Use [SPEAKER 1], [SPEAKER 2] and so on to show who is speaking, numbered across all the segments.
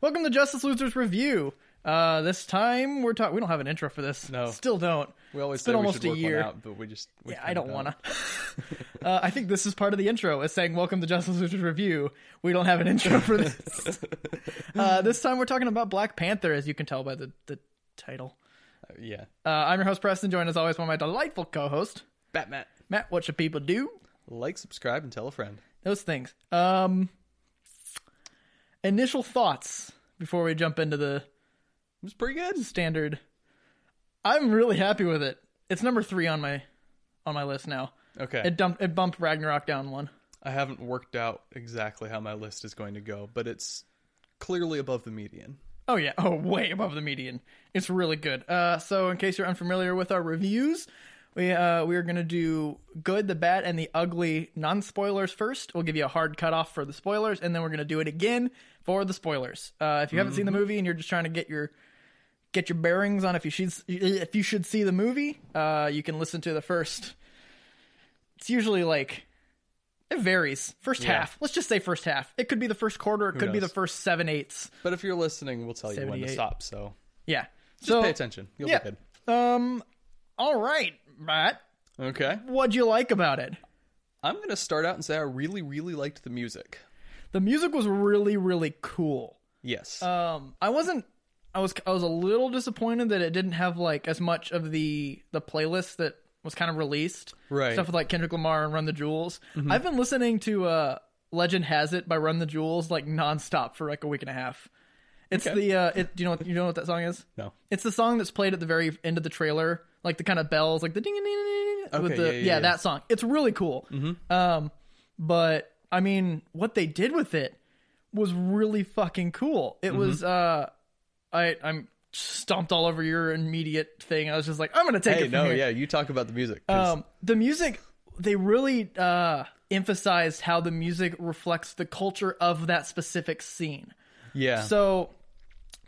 [SPEAKER 1] Welcome to Justice Losers Review. Uh, this time we're talking. We don't have an intro for this.
[SPEAKER 2] No.
[SPEAKER 1] still don't.
[SPEAKER 2] We always
[SPEAKER 1] It's
[SPEAKER 2] say
[SPEAKER 1] been
[SPEAKER 2] we
[SPEAKER 1] almost
[SPEAKER 2] should
[SPEAKER 1] a
[SPEAKER 2] work one
[SPEAKER 1] year.
[SPEAKER 2] out, but we just we
[SPEAKER 1] Yeah, I don't want
[SPEAKER 2] to.
[SPEAKER 1] to. uh, I think this is part of the intro, is saying "Welcome to Justice Losers Review." We don't have an intro for this. uh, this time we're talking about Black Panther, as you can tell by the the title.
[SPEAKER 2] Yeah,
[SPEAKER 1] Uh, I'm your host Preston, joined as always by my delightful co-host
[SPEAKER 2] Batman.
[SPEAKER 1] Matt. What should people do?
[SPEAKER 2] Like, subscribe, and tell a friend.
[SPEAKER 1] Those things. Um, initial thoughts before we jump into the
[SPEAKER 2] It was pretty good.
[SPEAKER 1] standard. I'm really happy with it. It's number three on my on my list now.
[SPEAKER 2] Okay,
[SPEAKER 1] It dumped it bumped Ragnarok down one.
[SPEAKER 2] I haven't worked out exactly how my list is going to go, but it's clearly above the median.
[SPEAKER 1] Oh yeah, oh way above the median. It's really good. Uh, so in case you're unfamiliar with our reviews, we uh we are gonna do good, the bad, and the ugly non spoilers first. We'll give you a hard cutoff for the spoilers, and then we're gonna do it again for the spoilers. Uh, if you haven't
[SPEAKER 2] Mm-hmm.
[SPEAKER 1] seen the movie and you're just trying to get your get your bearings on if you should if you should see the movie, uh, you can listen to the first. It's usually like it varies. First
[SPEAKER 2] Yeah.
[SPEAKER 1] half, let's just say first half. It could be the first quarter. It could be the
[SPEAKER 2] knows?
[SPEAKER 1] first seven eighths.
[SPEAKER 2] But if you're listening, we'll tell you when to
[SPEAKER 1] 78.
[SPEAKER 2] stop. So
[SPEAKER 1] Yeah.
[SPEAKER 2] just pay attention. You'll
[SPEAKER 1] yeah.
[SPEAKER 2] be good.
[SPEAKER 1] Um. All right, Matt.
[SPEAKER 2] Okay,
[SPEAKER 1] What'd you like about it?
[SPEAKER 2] I'm gonna start out and say I really, really liked the music.
[SPEAKER 1] The music was really, really cool.
[SPEAKER 2] Yes,
[SPEAKER 1] Um, I wasn't. I was. I was a little disappointed that it didn't have like as much of the the playlist that was kind of released.
[SPEAKER 2] Right. Mm-hmm.
[SPEAKER 1] Stuff with like Kendrick Lamar and Run the Jewels. I've been listening to uh Legend Has It by Run the Jewels like nonstop for like a week and a half. It's the uh. It, do you know what you know what that song is?
[SPEAKER 2] no,
[SPEAKER 1] It's the song that's played at the very end of the trailer, like the kind of bells, like the ding ding ding ding.
[SPEAKER 2] Okay,
[SPEAKER 1] with the,
[SPEAKER 2] yeah, yeah, Mm-hmm. yeah.
[SPEAKER 1] that song. It's really cool. Um, but I mean, what they did with it was really fucking cool.
[SPEAKER 2] Mm-hmm.
[SPEAKER 1] It was uh, I I'm stomped all over your immediate thing. I was just like, I'm gonna take
[SPEAKER 2] hey,
[SPEAKER 1] it. From
[SPEAKER 2] no,
[SPEAKER 1] here.
[SPEAKER 2] yeah. You talk about the music. 'cause
[SPEAKER 1] Um, the music they really uh emphasized how the music reflects the culture of that specific scene.
[SPEAKER 2] yeah,
[SPEAKER 1] So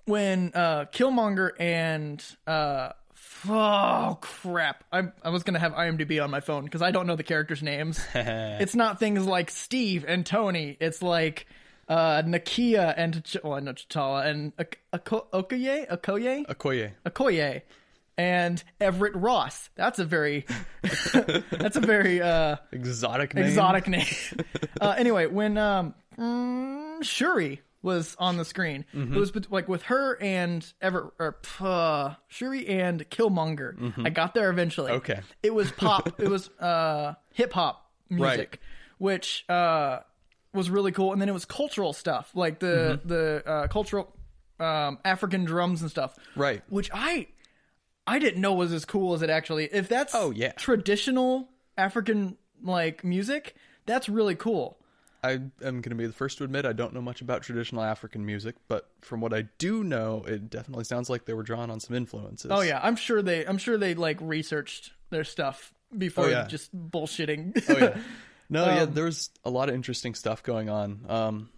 [SPEAKER 1] when uh Killmonger and uh f- oh crap. I I was going to have IMDb on my phone cuz I don't know the characters names. it's not things like Steve and Tony. It's like uh Nakia and Ch- well, I know Chitala and Ok- Oko- Okoye, Okoye,
[SPEAKER 2] Okoye.
[SPEAKER 1] Okoye and Everett Ross. That's a very that's a very uh
[SPEAKER 2] Exotic name.
[SPEAKER 1] exotic name. uh, anyway, when um, mm, Shuri was on the screen, it was bet- like with her and Ever or uh, Shuri and Killmonger. I got there eventually.
[SPEAKER 2] Okay.
[SPEAKER 1] it was pop. it was uh, hip hop music, which uh, was really cool. And then it was cultural stuff, like the the uh, cultural um, African drums and stuff.
[SPEAKER 2] Right.
[SPEAKER 1] Which I I didn't know was as cool as it actually. If that's
[SPEAKER 2] Oh, yeah.
[SPEAKER 1] traditional African like music, that's really cool.
[SPEAKER 2] I am going to be the first to admit I don't know much about traditional African music, but from what I do know, it definitely sounds like they were drawn on some influences.
[SPEAKER 1] Oh yeah, I'm sure they I'm sure they like researched their stuff before
[SPEAKER 2] Oh, yeah.
[SPEAKER 1] just bullshitting.
[SPEAKER 2] Oh yeah. No, yeah,
[SPEAKER 1] Um,
[SPEAKER 2] there was a lot of interesting stuff going on. Um,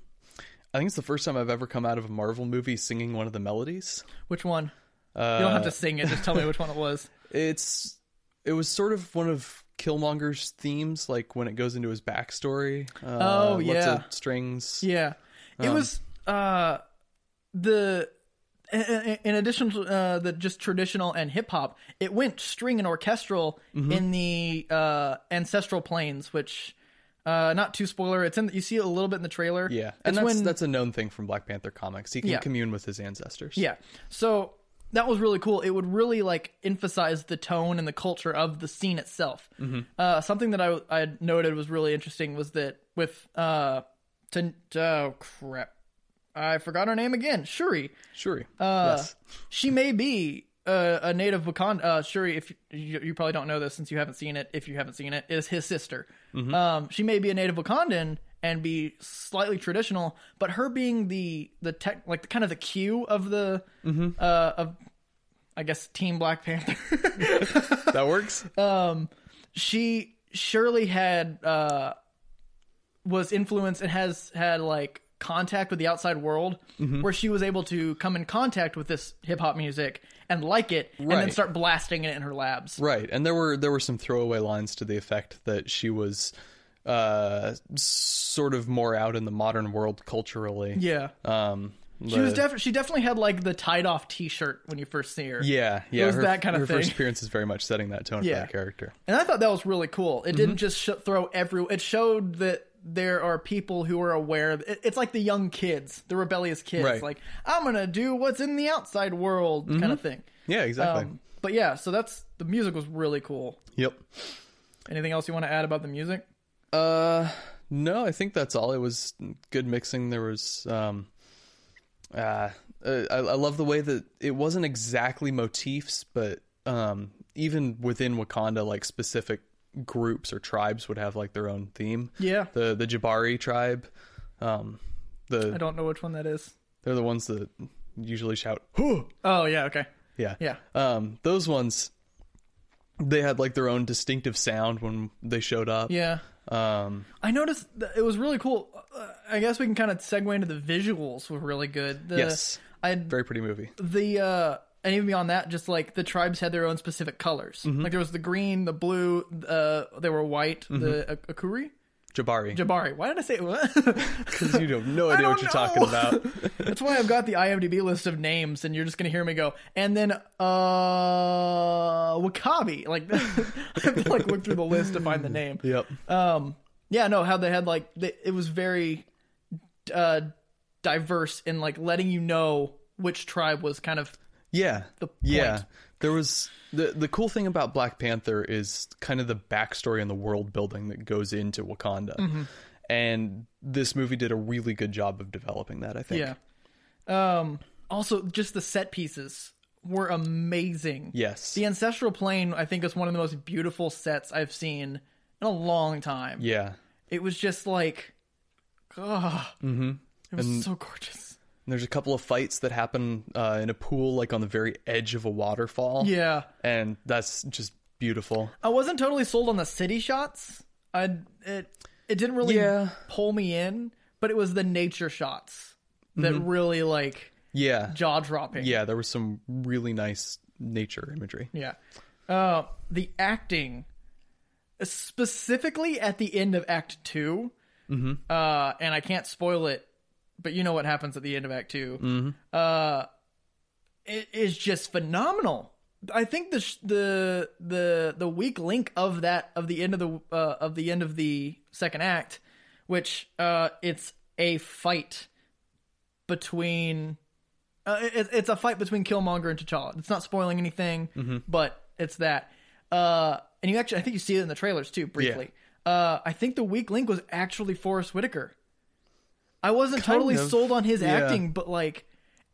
[SPEAKER 2] I think it's the first time I've ever come out of a Marvel movie singing one of the melodies.
[SPEAKER 1] which one?
[SPEAKER 2] Uh,
[SPEAKER 1] You don't have to sing it. Just tell me which one it was.
[SPEAKER 2] It's it was sort of one of Killmonger's themes, like when it goes into his backstory. Uh,
[SPEAKER 1] Oh,
[SPEAKER 2] lots
[SPEAKER 1] yeah.
[SPEAKER 2] of strings.
[SPEAKER 1] Yeah,
[SPEAKER 2] Um,
[SPEAKER 1] it was uh the i- i- in addition to uh, the just traditional and hip hop, it went string and orchestral
[SPEAKER 2] Mm-hmm.
[SPEAKER 1] in the uh ancestral planes, which uh not too spoiler. It's in you see it a little bit in the trailer.
[SPEAKER 2] Yeah,
[SPEAKER 1] and
[SPEAKER 2] and that's
[SPEAKER 1] when
[SPEAKER 2] that's a known thing from Black Panther comics. He can
[SPEAKER 1] Yeah.
[SPEAKER 2] commune with his ancestors.
[SPEAKER 1] yeah. So that was really cool. It would really like emphasize the tone and the culture of the scene itself. Uh, something that I I had noted was really interesting was that with uh to, oh crap. I forgot her name again. Shuri.
[SPEAKER 2] Shuri.
[SPEAKER 1] Uh,
[SPEAKER 2] yes.
[SPEAKER 1] she may be a, a native Wakanda. Uh, Shuri, if you, you probably don't know this since you haven't seen it, if you haven't seen it, is his sister. Um, she may be a native Wakandan and be slightly traditional, but her being the the tech, like the kind of the Q of the uh, of I guess Team Black Panther.
[SPEAKER 2] that works.
[SPEAKER 1] she surely had uh was influenced and has had like contact with the outside world
[SPEAKER 2] Mm-hmm.
[SPEAKER 1] where she was able to come in contact with this hip hop music and like it and then
[SPEAKER 2] Right.
[SPEAKER 1] start blasting it in her labs.
[SPEAKER 2] Right, and there were there were some throwaway lines to the effect that she was uh, sort of more out in the modern world culturally.
[SPEAKER 1] Yeah.
[SPEAKER 2] Um,
[SPEAKER 1] She was def- she definitely had like the tied off t shirt when you first see her.
[SPEAKER 2] Yeah, yeah.
[SPEAKER 1] was
[SPEAKER 2] her,
[SPEAKER 1] that kind of
[SPEAKER 2] her first
[SPEAKER 1] thing.
[SPEAKER 2] appearance is very much setting that tone
[SPEAKER 1] Yeah.
[SPEAKER 2] for that character.
[SPEAKER 1] And I thought that was really cool. It
[SPEAKER 2] Mm-hmm.
[SPEAKER 1] didn't just sh- throw every. It showed that there are people who are aware. Of, it, it's like the young kids, the rebellious kids.
[SPEAKER 2] Right. Mm-hmm.
[SPEAKER 1] Like I'm gonna do what's in the outside world kind of thing.
[SPEAKER 2] Yeah, exactly.
[SPEAKER 1] Um, but yeah, so that's the music was really cool.
[SPEAKER 2] yep.
[SPEAKER 1] Anything else you want to add about the music?
[SPEAKER 2] Uh, no, I think that's all. It was good mixing. There was um, uh, uh, I, I love the way that it wasn't exactly motifs, but um, even within Wakanda, like specific groups or tribes would have like their own theme.
[SPEAKER 1] Yeah.
[SPEAKER 2] The the Jabari tribe, um,
[SPEAKER 1] I
[SPEAKER 2] the
[SPEAKER 1] don't know which one that is.
[SPEAKER 2] they're the ones that usually shout "Huh!"
[SPEAKER 1] Oh yeah, okay. Yeah.
[SPEAKER 2] um those ones they had like their own distinctive sound when they showed up
[SPEAKER 1] Yeah.
[SPEAKER 2] um
[SPEAKER 1] I noticed that it was really cool. Uh, I guess we can kind of segue into the visuals were really good. The,
[SPEAKER 2] yes
[SPEAKER 1] I
[SPEAKER 2] very pretty movie
[SPEAKER 1] the uh and even beyond that just like the tribes had their own specific colors
[SPEAKER 2] Mm-hmm.
[SPEAKER 1] like there was the green the blue uh they were white the Ak- akuri
[SPEAKER 2] jabari
[SPEAKER 1] jabari why did i say what
[SPEAKER 2] because you have no idea
[SPEAKER 1] don't
[SPEAKER 2] what
[SPEAKER 1] know.
[SPEAKER 2] you're talking about
[SPEAKER 1] that's why i've got the imdb list of names and you're just gonna hear me go and then uh wakabi like i have to like look through the list to find the name
[SPEAKER 2] yep
[SPEAKER 1] yeah no how they had like they, it was very uh diverse in like letting you know which tribe was kind of
[SPEAKER 2] yeah
[SPEAKER 1] the
[SPEAKER 2] yeah
[SPEAKER 1] point.
[SPEAKER 2] there was the the cool thing about black panther is kind of the backstory and the world building that goes into wakanda
[SPEAKER 1] Mm-hmm.
[SPEAKER 2] and this movie did a really good job of developing that i think
[SPEAKER 1] Yeah. Um also just the set pieces were amazing.
[SPEAKER 2] yes
[SPEAKER 1] The ancestral plane I think is one of the most beautiful sets I've seen in a long time.
[SPEAKER 2] yeah
[SPEAKER 1] It was just like ah, mm-hmm. It was so gorgeous.
[SPEAKER 2] And there's a couple of fights that happen uh, in a pool like on the very edge of a waterfall
[SPEAKER 1] Yeah.
[SPEAKER 2] and that's just beautiful.
[SPEAKER 1] I wasn't totally sold on the city shots. I it it didn't really
[SPEAKER 2] Yeah.
[SPEAKER 1] pull me in, but it was the nature shots that really like
[SPEAKER 2] Yeah,
[SPEAKER 1] jaw dropping.
[SPEAKER 2] Mm-hmm. yeah, there was some really nice nature imagery.
[SPEAKER 1] Yeah. Uh, the acting, specifically at the end of Act 2
[SPEAKER 2] Mm-hmm.
[SPEAKER 1] uh, and I can't spoil it, but you know what happens at the end of Act 2 Mm-hmm. Uh, it is just phenomenal. I think the sh- the the the weak link of that of the end of the uh, of the end of the second act, which uh, it's a fight between uh, it, it's a fight between Killmonger and T'Challa. It's not spoiling anything, but it's that. Uh, and you actually, I think you see it in the trailers too, briefly. Uh, I think the weak link was actually Forrest Whitaker. I wasn't totally
[SPEAKER 2] of,
[SPEAKER 1] sold on his
[SPEAKER 2] yeah.
[SPEAKER 1] acting, but like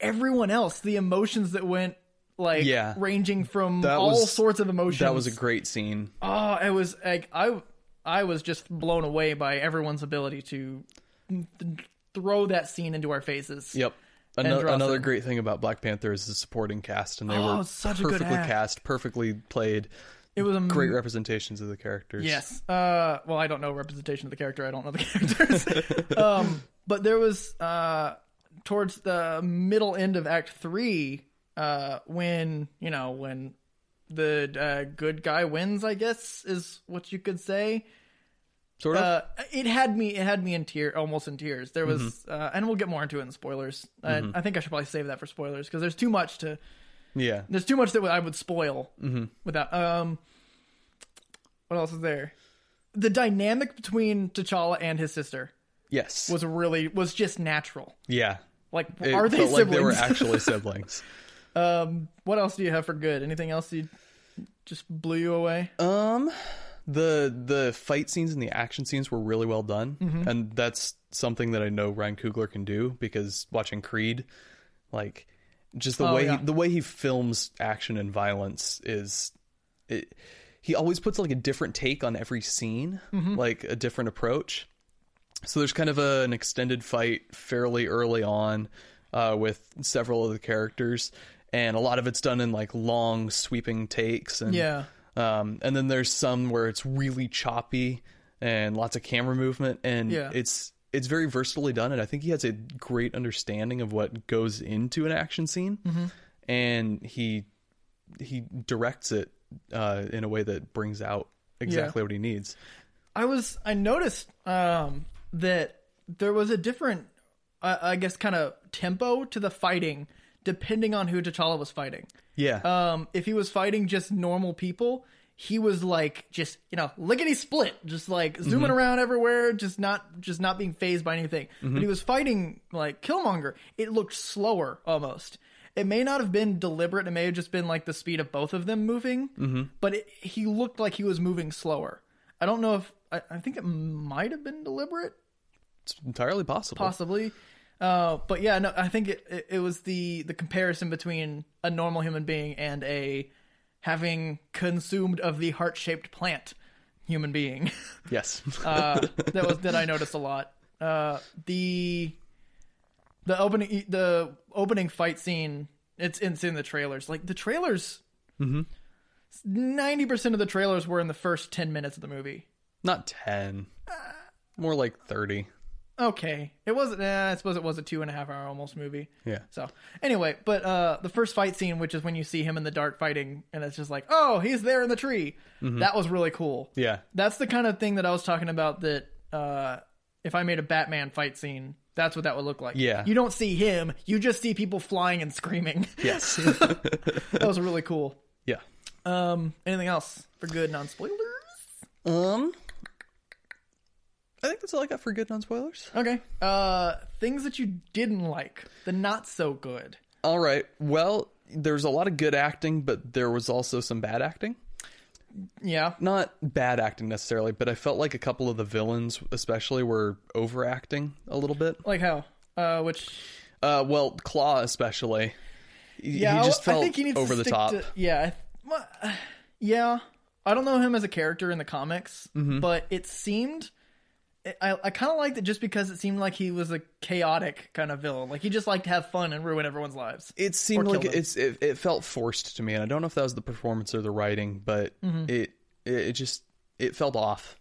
[SPEAKER 1] everyone else, the emotions that went like
[SPEAKER 2] Yeah.
[SPEAKER 1] ranging from
[SPEAKER 2] That
[SPEAKER 1] all
[SPEAKER 2] was-
[SPEAKER 1] sorts of emotions.
[SPEAKER 2] That was a great scene.
[SPEAKER 1] oh, it was like I I was just blown away by everyone's ability to th- throw that scene into our faces.
[SPEAKER 2] Yep. Ano-
[SPEAKER 1] Androth-
[SPEAKER 2] another great thing about Black Panther is the supporting cast, and they
[SPEAKER 1] Oh,
[SPEAKER 2] were
[SPEAKER 1] such a good
[SPEAKER 2] perfectly
[SPEAKER 1] act.
[SPEAKER 2] cast, perfectly played,
[SPEAKER 1] It was a
[SPEAKER 2] great representations of the characters.
[SPEAKER 1] Yes. Uh, well, I don't know representation of the character. I don't know the characters. um, but there was uh, towards the middle end of Act Three, uh, when you know when the uh, good guy wins. I guess is what you could say.
[SPEAKER 2] sort of.
[SPEAKER 1] Uh, it had me. It had me in tear, almost in tears. There was, uh, and we'll get more into it in spoilers. I, I think I should probably save that for spoilers because there's too much to
[SPEAKER 2] yeah,
[SPEAKER 1] there's too much that I would spoil
[SPEAKER 2] Mm-hmm.
[SPEAKER 1] without. Um, what else is there? The dynamic between T'Challa and his sister
[SPEAKER 2] yes,
[SPEAKER 1] was really was just natural.
[SPEAKER 2] yeah.
[SPEAKER 1] Like,
[SPEAKER 2] It
[SPEAKER 1] are they
[SPEAKER 2] felt
[SPEAKER 1] siblings?
[SPEAKER 2] like they were actually siblings.
[SPEAKER 1] um, what else do you have for good? Anything else you just blew you away?
[SPEAKER 2] Um, the the fight scenes and the action scenes were really well done,
[SPEAKER 1] Mm-hmm.
[SPEAKER 2] and that's something that I know Ryan Coogler can do because watching Creed, like, just the
[SPEAKER 1] Oh,
[SPEAKER 2] way
[SPEAKER 1] yeah.
[SPEAKER 2] he, the way he films action and violence is, it, he always puts like a different take on every scene,
[SPEAKER 1] Mm-hmm.
[SPEAKER 2] like a different approach. So there's kind of a, an extended fight fairly early on uh, with several of the characters, and a lot of it's done in like long sweeping takes and
[SPEAKER 1] Yeah.
[SPEAKER 2] um, and then there's some where it's really choppy and lots of camera movement, and
[SPEAKER 1] Yeah.
[SPEAKER 2] it's it's very versatilely done. And I think he has a great understanding of what goes into an action scene, and he he directs it uh, in a way that brings out exactly what he needs.
[SPEAKER 1] I was I noticed um, that there was a different uh, I guess, kind of tempo to the fighting, depending on who T'Challa was fighting.
[SPEAKER 2] Yeah.
[SPEAKER 1] Um, if he was fighting just normal people, he was like just you know lickety split, just like zooming around everywhere, just not just not being phased by anything. But he was fighting like Killmonger. It looked slower almost. It may not have been deliberate. It may have just been like the speed of both of them moving. But it, he looked like he was moving slower. I don't know if I, I think it might have been deliberate
[SPEAKER 2] it's entirely possible.
[SPEAKER 1] possibly. Uh, but yeah, no, I think it, it, it was the the comparison between a normal human being and a having consumed of the heart shaped plant human being
[SPEAKER 2] yes.
[SPEAKER 1] uh, that was that I noticed a lot. Uh, the the opening the opening fight scene it's it's in the trailers. Like the trailers, 90 percent of the trailers were in the first ten minutes of the movie.
[SPEAKER 2] Not 10. More like 30.
[SPEAKER 1] Okay, it wasn't. eh, I suppose it was a two and a half hour almost movie.
[SPEAKER 2] Yeah.
[SPEAKER 1] So anyway, but uh, the first fight scene, which is when you see him in the dark fighting, and it's just like, oh, he's there in the tree. That was really cool.
[SPEAKER 2] Yeah.
[SPEAKER 1] That's the kind of thing that I was talking about. That uh, if I made a Batman fight scene, that's what that would look like.
[SPEAKER 2] Yeah.
[SPEAKER 1] You don't see him. You just see people flying and screaming.
[SPEAKER 2] Yes.
[SPEAKER 1] that was really cool.
[SPEAKER 2] yeah.
[SPEAKER 1] Um, anything else for good non spoilers?
[SPEAKER 2] Um I think that's all I got for good non-spoilers.
[SPEAKER 1] Okay. Uh, things that you didn't like, the not so good.
[SPEAKER 2] All right. Well, there's a lot of good acting, but there was also some bad acting.
[SPEAKER 1] Yeah.
[SPEAKER 2] Not bad acting necessarily, but I felt like a couple of the villains especially were overacting a little bit.
[SPEAKER 1] Like how? Uh, which
[SPEAKER 2] Uh well, Claw especially. He-
[SPEAKER 1] yeah,
[SPEAKER 2] he just
[SPEAKER 1] I- I
[SPEAKER 2] felt
[SPEAKER 1] think he needs
[SPEAKER 2] over
[SPEAKER 1] to
[SPEAKER 2] the
[SPEAKER 1] stick
[SPEAKER 2] top.
[SPEAKER 1] to- yeah, I th- well, uh, yeah. I don't know him as a character in the comics,
[SPEAKER 2] Mm-hmm.
[SPEAKER 1] but it seemed. I, I kind of liked it just because it seemed like he was a chaotic kind of villain. Like he just liked to have fun and ruin everyone's lives.
[SPEAKER 2] it seemed
[SPEAKER 1] kill
[SPEAKER 2] like
[SPEAKER 1] them.
[SPEAKER 2] it's it, it felt forced to me and i don't know if that was the performance or the writing but
[SPEAKER 1] Mm-hmm.
[SPEAKER 2] it, it it just it felt off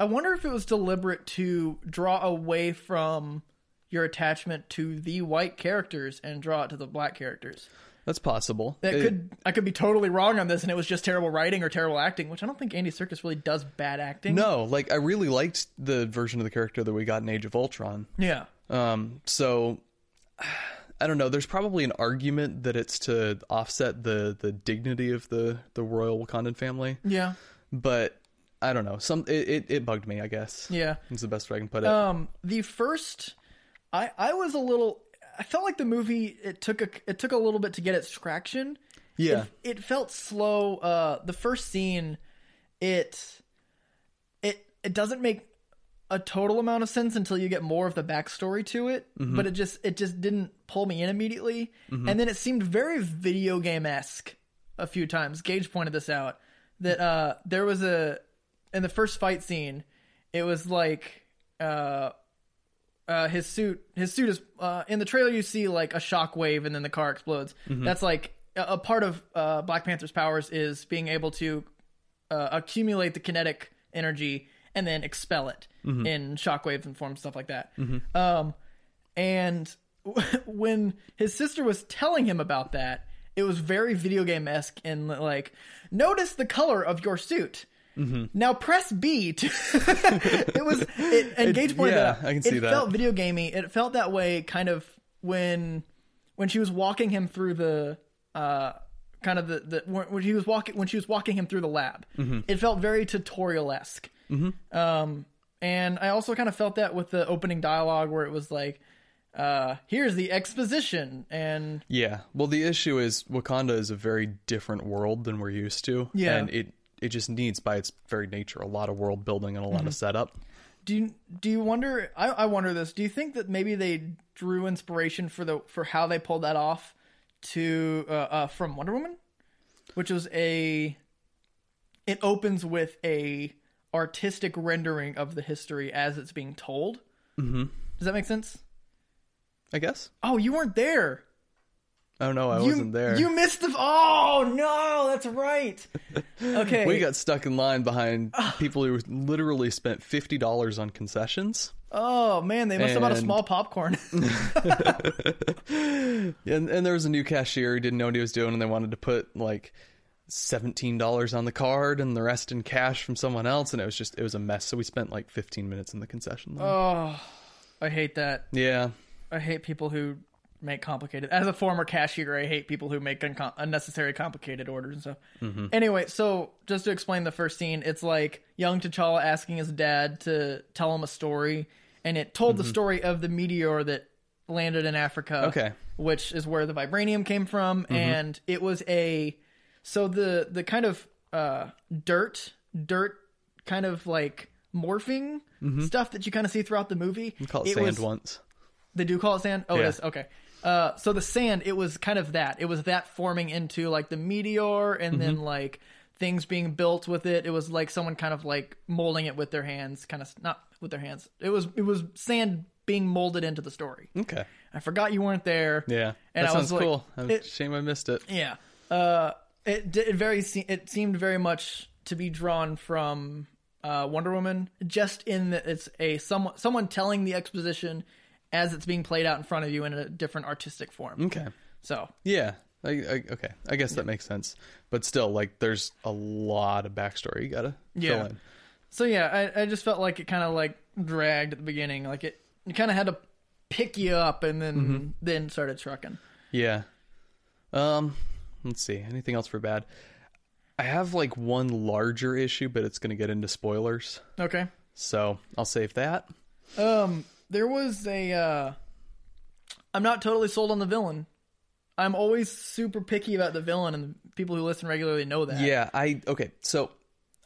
[SPEAKER 1] I wonder if it was deliberate to draw away from your attachment to the white characters and draw it to the black characters.
[SPEAKER 2] that's possible
[SPEAKER 1] That
[SPEAKER 2] It-
[SPEAKER 1] could I could be totally wrong on this, and it was just terrible writing or terrible acting, which I don't think Andy Serkis really does bad acting.
[SPEAKER 2] no like i really liked the version of the character that we got in age of ultron
[SPEAKER 1] Yeah.
[SPEAKER 2] um so i don't know there's probably an argument that it's to offset the the dignity of the the royal wakandan family
[SPEAKER 1] Yeah.
[SPEAKER 2] but i don't know some it it, it bugged me i guess
[SPEAKER 1] Yeah.
[SPEAKER 2] it's the best way i can put it
[SPEAKER 1] um the first i i was a little i felt like the movie it took a it took a little bit to get its traction
[SPEAKER 2] yeah
[SPEAKER 1] it, it felt slow uh the first scene it it it doesn't make a total amount of sense until you get more of the backstory to it but it just it just didn't pull me in immediately and then it seemed very video game-esque a few times gage pointed this out that uh there was a in the first fight scene it was like uh uh, his suit his suit is uh, in the trailer you see like a shockwave and then the car explodes that's like a, a part of uh, black panther's powers is being able to uh, accumulate the kinetic energy and then expel it in shockwaves and forms stuff like that um, and when his sister was telling him about that it was very video game esque and like notice the color of your suit
[SPEAKER 2] Mm-hmm.
[SPEAKER 1] now press B. To it was it, and Gage pointed
[SPEAKER 2] yeah,
[SPEAKER 1] that out.
[SPEAKER 2] I can see
[SPEAKER 1] it
[SPEAKER 2] that.
[SPEAKER 1] felt video gamey. It felt that way kind of when when she was walking him through the uh kind of the, the when when he was walking when she was walking him through the lab.
[SPEAKER 2] Mm-hmm.
[SPEAKER 1] It felt very tutorial esque. Um, and I also kind of felt that with the opening dialogue where it was like, uh, "Here's the exposition," and
[SPEAKER 2] Yeah. Well, the issue is Wakanda is a very different world than we're used to.
[SPEAKER 1] Yeah.
[SPEAKER 2] And it it just needs by its very nature a lot of world building and a lot
[SPEAKER 1] Mm-hmm.
[SPEAKER 2] of setup.
[SPEAKER 1] do you do you wonder I, I wonder this do you think that maybe they drew inspiration for the for how they pulled that off to uh, uh from wonder woman which was a it opens with a artistic rendering of the history as it's being told mm-hmm. does that make sense
[SPEAKER 2] I guess.
[SPEAKER 1] oh you weren't there
[SPEAKER 2] I don't know. I
[SPEAKER 1] you,
[SPEAKER 2] wasn't there.
[SPEAKER 1] you missed the oh no that's right okay
[SPEAKER 2] we got stuck in line behind people who literally spent fifty dollars on concessions,
[SPEAKER 1] oh man they must have bought a
[SPEAKER 2] And-
[SPEAKER 1] small popcorn
[SPEAKER 2] and and there was a new cashier who didn't know what he was doing, and they wanted to put like seventeen dollars on the card and the rest in cash from someone else, and it was just it was a mess. So we spent like fifteen minutes in the concession line.
[SPEAKER 1] oh i hate that
[SPEAKER 2] yeah,
[SPEAKER 1] I hate people who make complicated. As a former cashier, I hate people who make uncom- unnecessary complicated orders and stuff.
[SPEAKER 2] Mm-hmm.
[SPEAKER 1] Anyway, so just to explain the first scene, it's like young T'Challa asking his dad to tell him a story, and it told the story of the meteor that landed in Africa.
[SPEAKER 2] Mm-hmm. Okay.
[SPEAKER 1] which is where the vibranium came from,
[SPEAKER 2] Mm-hmm.
[SPEAKER 1] and it was a so the the kind of uh, dirt dirt kind of like morphing stuff that you kind of see throughout the movie.
[SPEAKER 2] Mm-hmm. We call it,
[SPEAKER 1] was-
[SPEAKER 2] sand once.
[SPEAKER 1] they do call it sand. Oh, it
[SPEAKER 2] Yeah.
[SPEAKER 1] is okay. Uh, so the sand, it was kind of that. It was that forming into like the meteor, and
[SPEAKER 2] Mm-hmm.
[SPEAKER 1] then like things being built with it. It was like someone kind of like molding it with their hands, kind of not with their hands. It was it was sand being molded into the story.
[SPEAKER 2] Okay.
[SPEAKER 1] I forgot you weren't there.
[SPEAKER 2] Yeah.
[SPEAKER 1] And
[SPEAKER 2] that
[SPEAKER 1] I was
[SPEAKER 2] sounds
[SPEAKER 1] like-
[SPEAKER 2] cool. I'm-
[SPEAKER 1] it-
[SPEAKER 2] Shame I missed it.
[SPEAKER 1] Yeah. Uh, it did- it very se- it seemed very much to be drawn from uh, Wonder Woman, just in that it's a someone someone telling the exposition as it's being played out in front of you in a different artistic form.
[SPEAKER 2] Okay.
[SPEAKER 1] So
[SPEAKER 2] Yeah. I, I, okay. I guess that makes sense. But still, like, there's a lot of backstory you gotta
[SPEAKER 1] Yeah.
[SPEAKER 2] fill in.
[SPEAKER 1] so yeah, I, I just felt like it kind of like dragged at the beginning, like it you kind of had to pick you up and then then started trucking.
[SPEAKER 2] Yeah. Um, let's see. Anything else for bad? I have like one larger issue, but it's going to get into spoilers.
[SPEAKER 1] Okay.
[SPEAKER 2] So I'll save that.
[SPEAKER 1] Um, there was a. Uh, I'm not totally sold on the villain. I'm always super picky about the villain, and people who listen regularly know that.
[SPEAKER 2] Yeah, I okay. So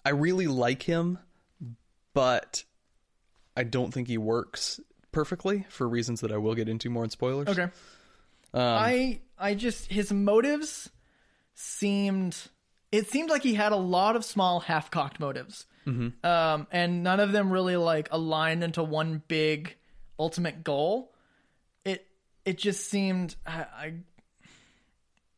[SPEAKER 2] I really like him, but I don't think he works perfectly for reasons that I will get into more in spoilers.
[SPEAKER 1] Okay. I I just his motives seemed it seemed like he had a lot of small half cocked motives, mm-hmm. um, and none of them really like aligned into one big ultimate goal. It it just seemed I, I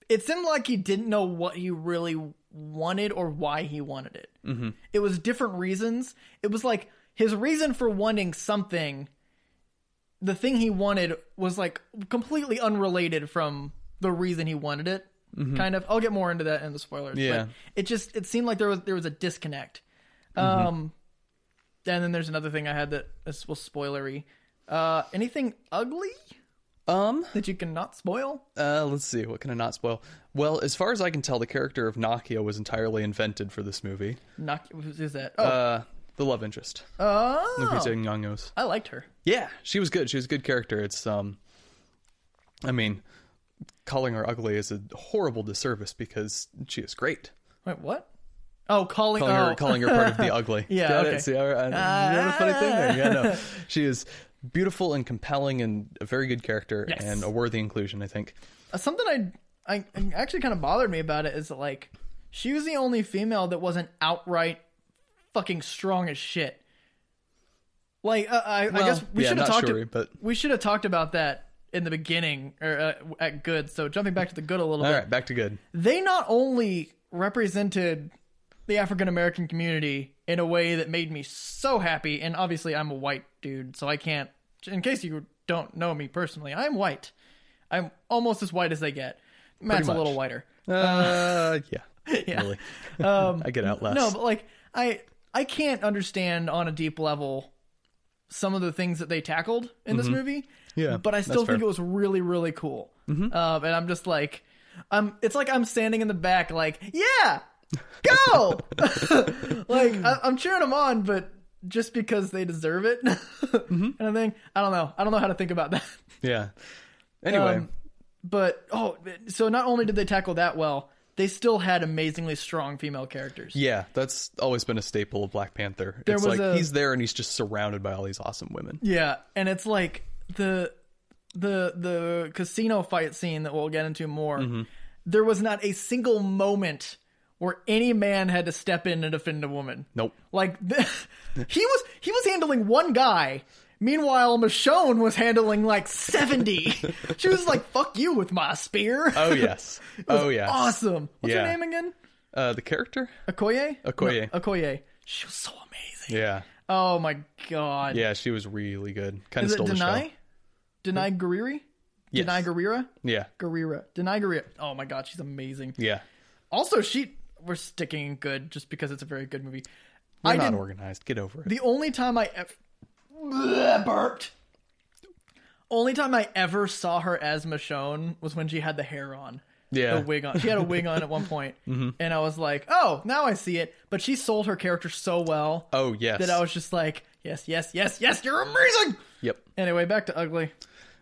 [SPEAKER 1] it seemed like he didn't know what he really wanted or why he wanted it. Mm-hmm. It was different reasons. It was like his reason for wanting something the thing he wanted was like completely unrelated from the reason he wanted it. Kind of. I'll get more into that in the spoilers.
[SPEAKER 2] Yeah.
[SPEAKER 1] But it just it seemed like there was there was a disconnect. Um and then there's another thing I had that is was spoilery. Uh anything ugly
[SPEAKER 2] Um,
[SPEAKER 1] that you cannot spoil?
[SPEAKER 2] uh, let's see. What can I not spoil? Well, as far as I can tell, the character of Nakia was entirely invented for this movie.
[SPEAKER 1] Knock who's is that? Oh,
[SPEAKER 2] Uh, the love interest,
[SPEAKER 1] oh
[SPEAKER 2] Lupita Nyong'o's.
[SPEAKER 1] I liked her.
[SPEAKER 2] Yeah, she was good. She was a good character. It's um, I mean, calling her ugly is a horrible disservice because she is great.
[SPEAKER 1] Wait, what? Oh, calling,
[SPEAKER 2] Calling
[SPEAKER 1] oh.
[SPEAKER 2] her calling her part of the ugly.
[SPEAKER 1] Yeah,
[SPEAKER 2] Got
[SPEAKER 1] okay.
[SPEAKER 2] it. See, I, I, you know the funny thing there. Yeah, no, she is beautiful and compelling and a very good character
[SPEAKER 1] Yes.
[SPEAKER 2] and a worthy inclusion. I think.
[SPEAKER 1] Uh, something I, I I actually kind of bothered me about it is that like she was the only female that wasn't outright fucking strong as shit. Like uh, I, I guess
[SPEAKER 2] Well,
[SPEAKER 1] we
[SPEAKER 2] yeah,
[SPEAKER 1] should have
[SPEAKER 2] not
[SPEAKER 1] talked
[SPEAKER 2] sure, but-
[SPEAKER 1] we should have talked about that in the beginning or uh, at good. So jumping back to the good a little
[SPEAKER 2] All
[SPEAKER 1] bit,
[SPEAKER 2] right, back to good.
[SPEAKER 1] they not only represented the African American community in a way that made me so happy, and obviously I'm a white dude, so I can't. In case you don't know me personally, I'm white. I'm almost as white as they get. Matt's a
[SPEAKER 2] much.
[SPEAKER 1] little whiter.
[SPEAKER 2] Uh, yeah,
[SPEAKER 1] yeah. Um,
[SPEAKER 2] really. I get out less.
[SPEAKER 1] No, but like I I can't understand on a deep level some of the things that they tackled in this movie.
[SPEAKER 2] Mm-hmm. Yeah,
[SPEAKER 1] but I
[SPEAKER 2] that's
[SPEAKER 1] still think
[SPEAKER 2] fair. Mm-hmm.
[SPEAKER 1] it was really really cool. Um, and I'm just like, I'm. It's like I'm standing in the back, like, yeah, go. like I, I'm cheering them on, but just because they deserve it,
[SPEAKER 2] Mm-hmm.
[SPEAKER 1] and I think I don't know. I don't know how to think about that.
[SPEAKER 2] yeah. Anyway,
[SPEAKER 1] Um, But oh, so not only did they tackle that well, they still had amazingly strong female characters.
[SPEAKER 2] yeah, that's always been a staple of Black Panther. It's
[SPEAKER 1] was
[SPEAKER 2] like
[SPEAKER 1] a-
[SPEAKER 2] he's there and he's just surrounded by all these awesome women.
[SPEAKER 1] Yeah, and it's like the the the casino fight scene that we'll get into more.
[SPEAKER 2] Mm-hmm.
[SPEAKER 1] There was not a single moment where any man had to step in and defend a woman.
[SPEAKER 2] Nope.
[SPEAKER 1] Like th- he was he was handling one guy. Meanwhile, Michonne was handling like 70. she was like, "Fuck you with my spear."
[SPEAKER 2] Oh yes. oh yes.
[SPEAKER 1] Awesome. What's her
[SPEAKER 2] Yeah.
[SPEAKER 1] name again?
[SPEAKER 2] Uh, the character?
[SPEAKER 1] Okoye?
[SPEAKER 2] Okoye.
[SPEAKER 1] No, Okoye. She was so amazing.
[SPEAKER 2] Yeah.
[SPEAKER 1] Oh my god.
[SPEAKER 2] Yeah, she was really good. Kind of
[SPEAKER 1] Is it
[SPEAKER 2] stole the show.
[SPEAKER 1] Denai? Denai Guerreri?
[SPEAKER 2] Yes.
[SPEAKER 1] Denai Guerrera?
[SPEAKER 2] Yeah.
[SPEAKER 1] Guerrera. Denai Guerrera. Oh my god, she's amazing.
[SPEAKER 2] Yeah.
[SPEAKER 1] Also, she we're sticking good just because it's a very good movie.
[SPEAKER 2] We're
[SPEAKER 1] I
[SPEAKER 2] not
[SPEAKER 1] did e-,
[SPEAKER 2] organized. Get over it.
[SPEAKER 1] the only time I ever burped. only time I ever saw her as Michonne was when she had the hair on.
[SPEAKER 2] Yeah. Mm-hmm.
[SPEAKER 1] The wig on. She had a wig on at one point, and I was like, "Oh, now I see it." But she sold her character so well
[SPEAKER 2] Oh yes.
[SPEAKER 1] that I was just like, "Yes, yes, yes, yes, you're amazing."
[SPEAKER 2] Yep.
[SPEAKER 1] Anyway, back to ugly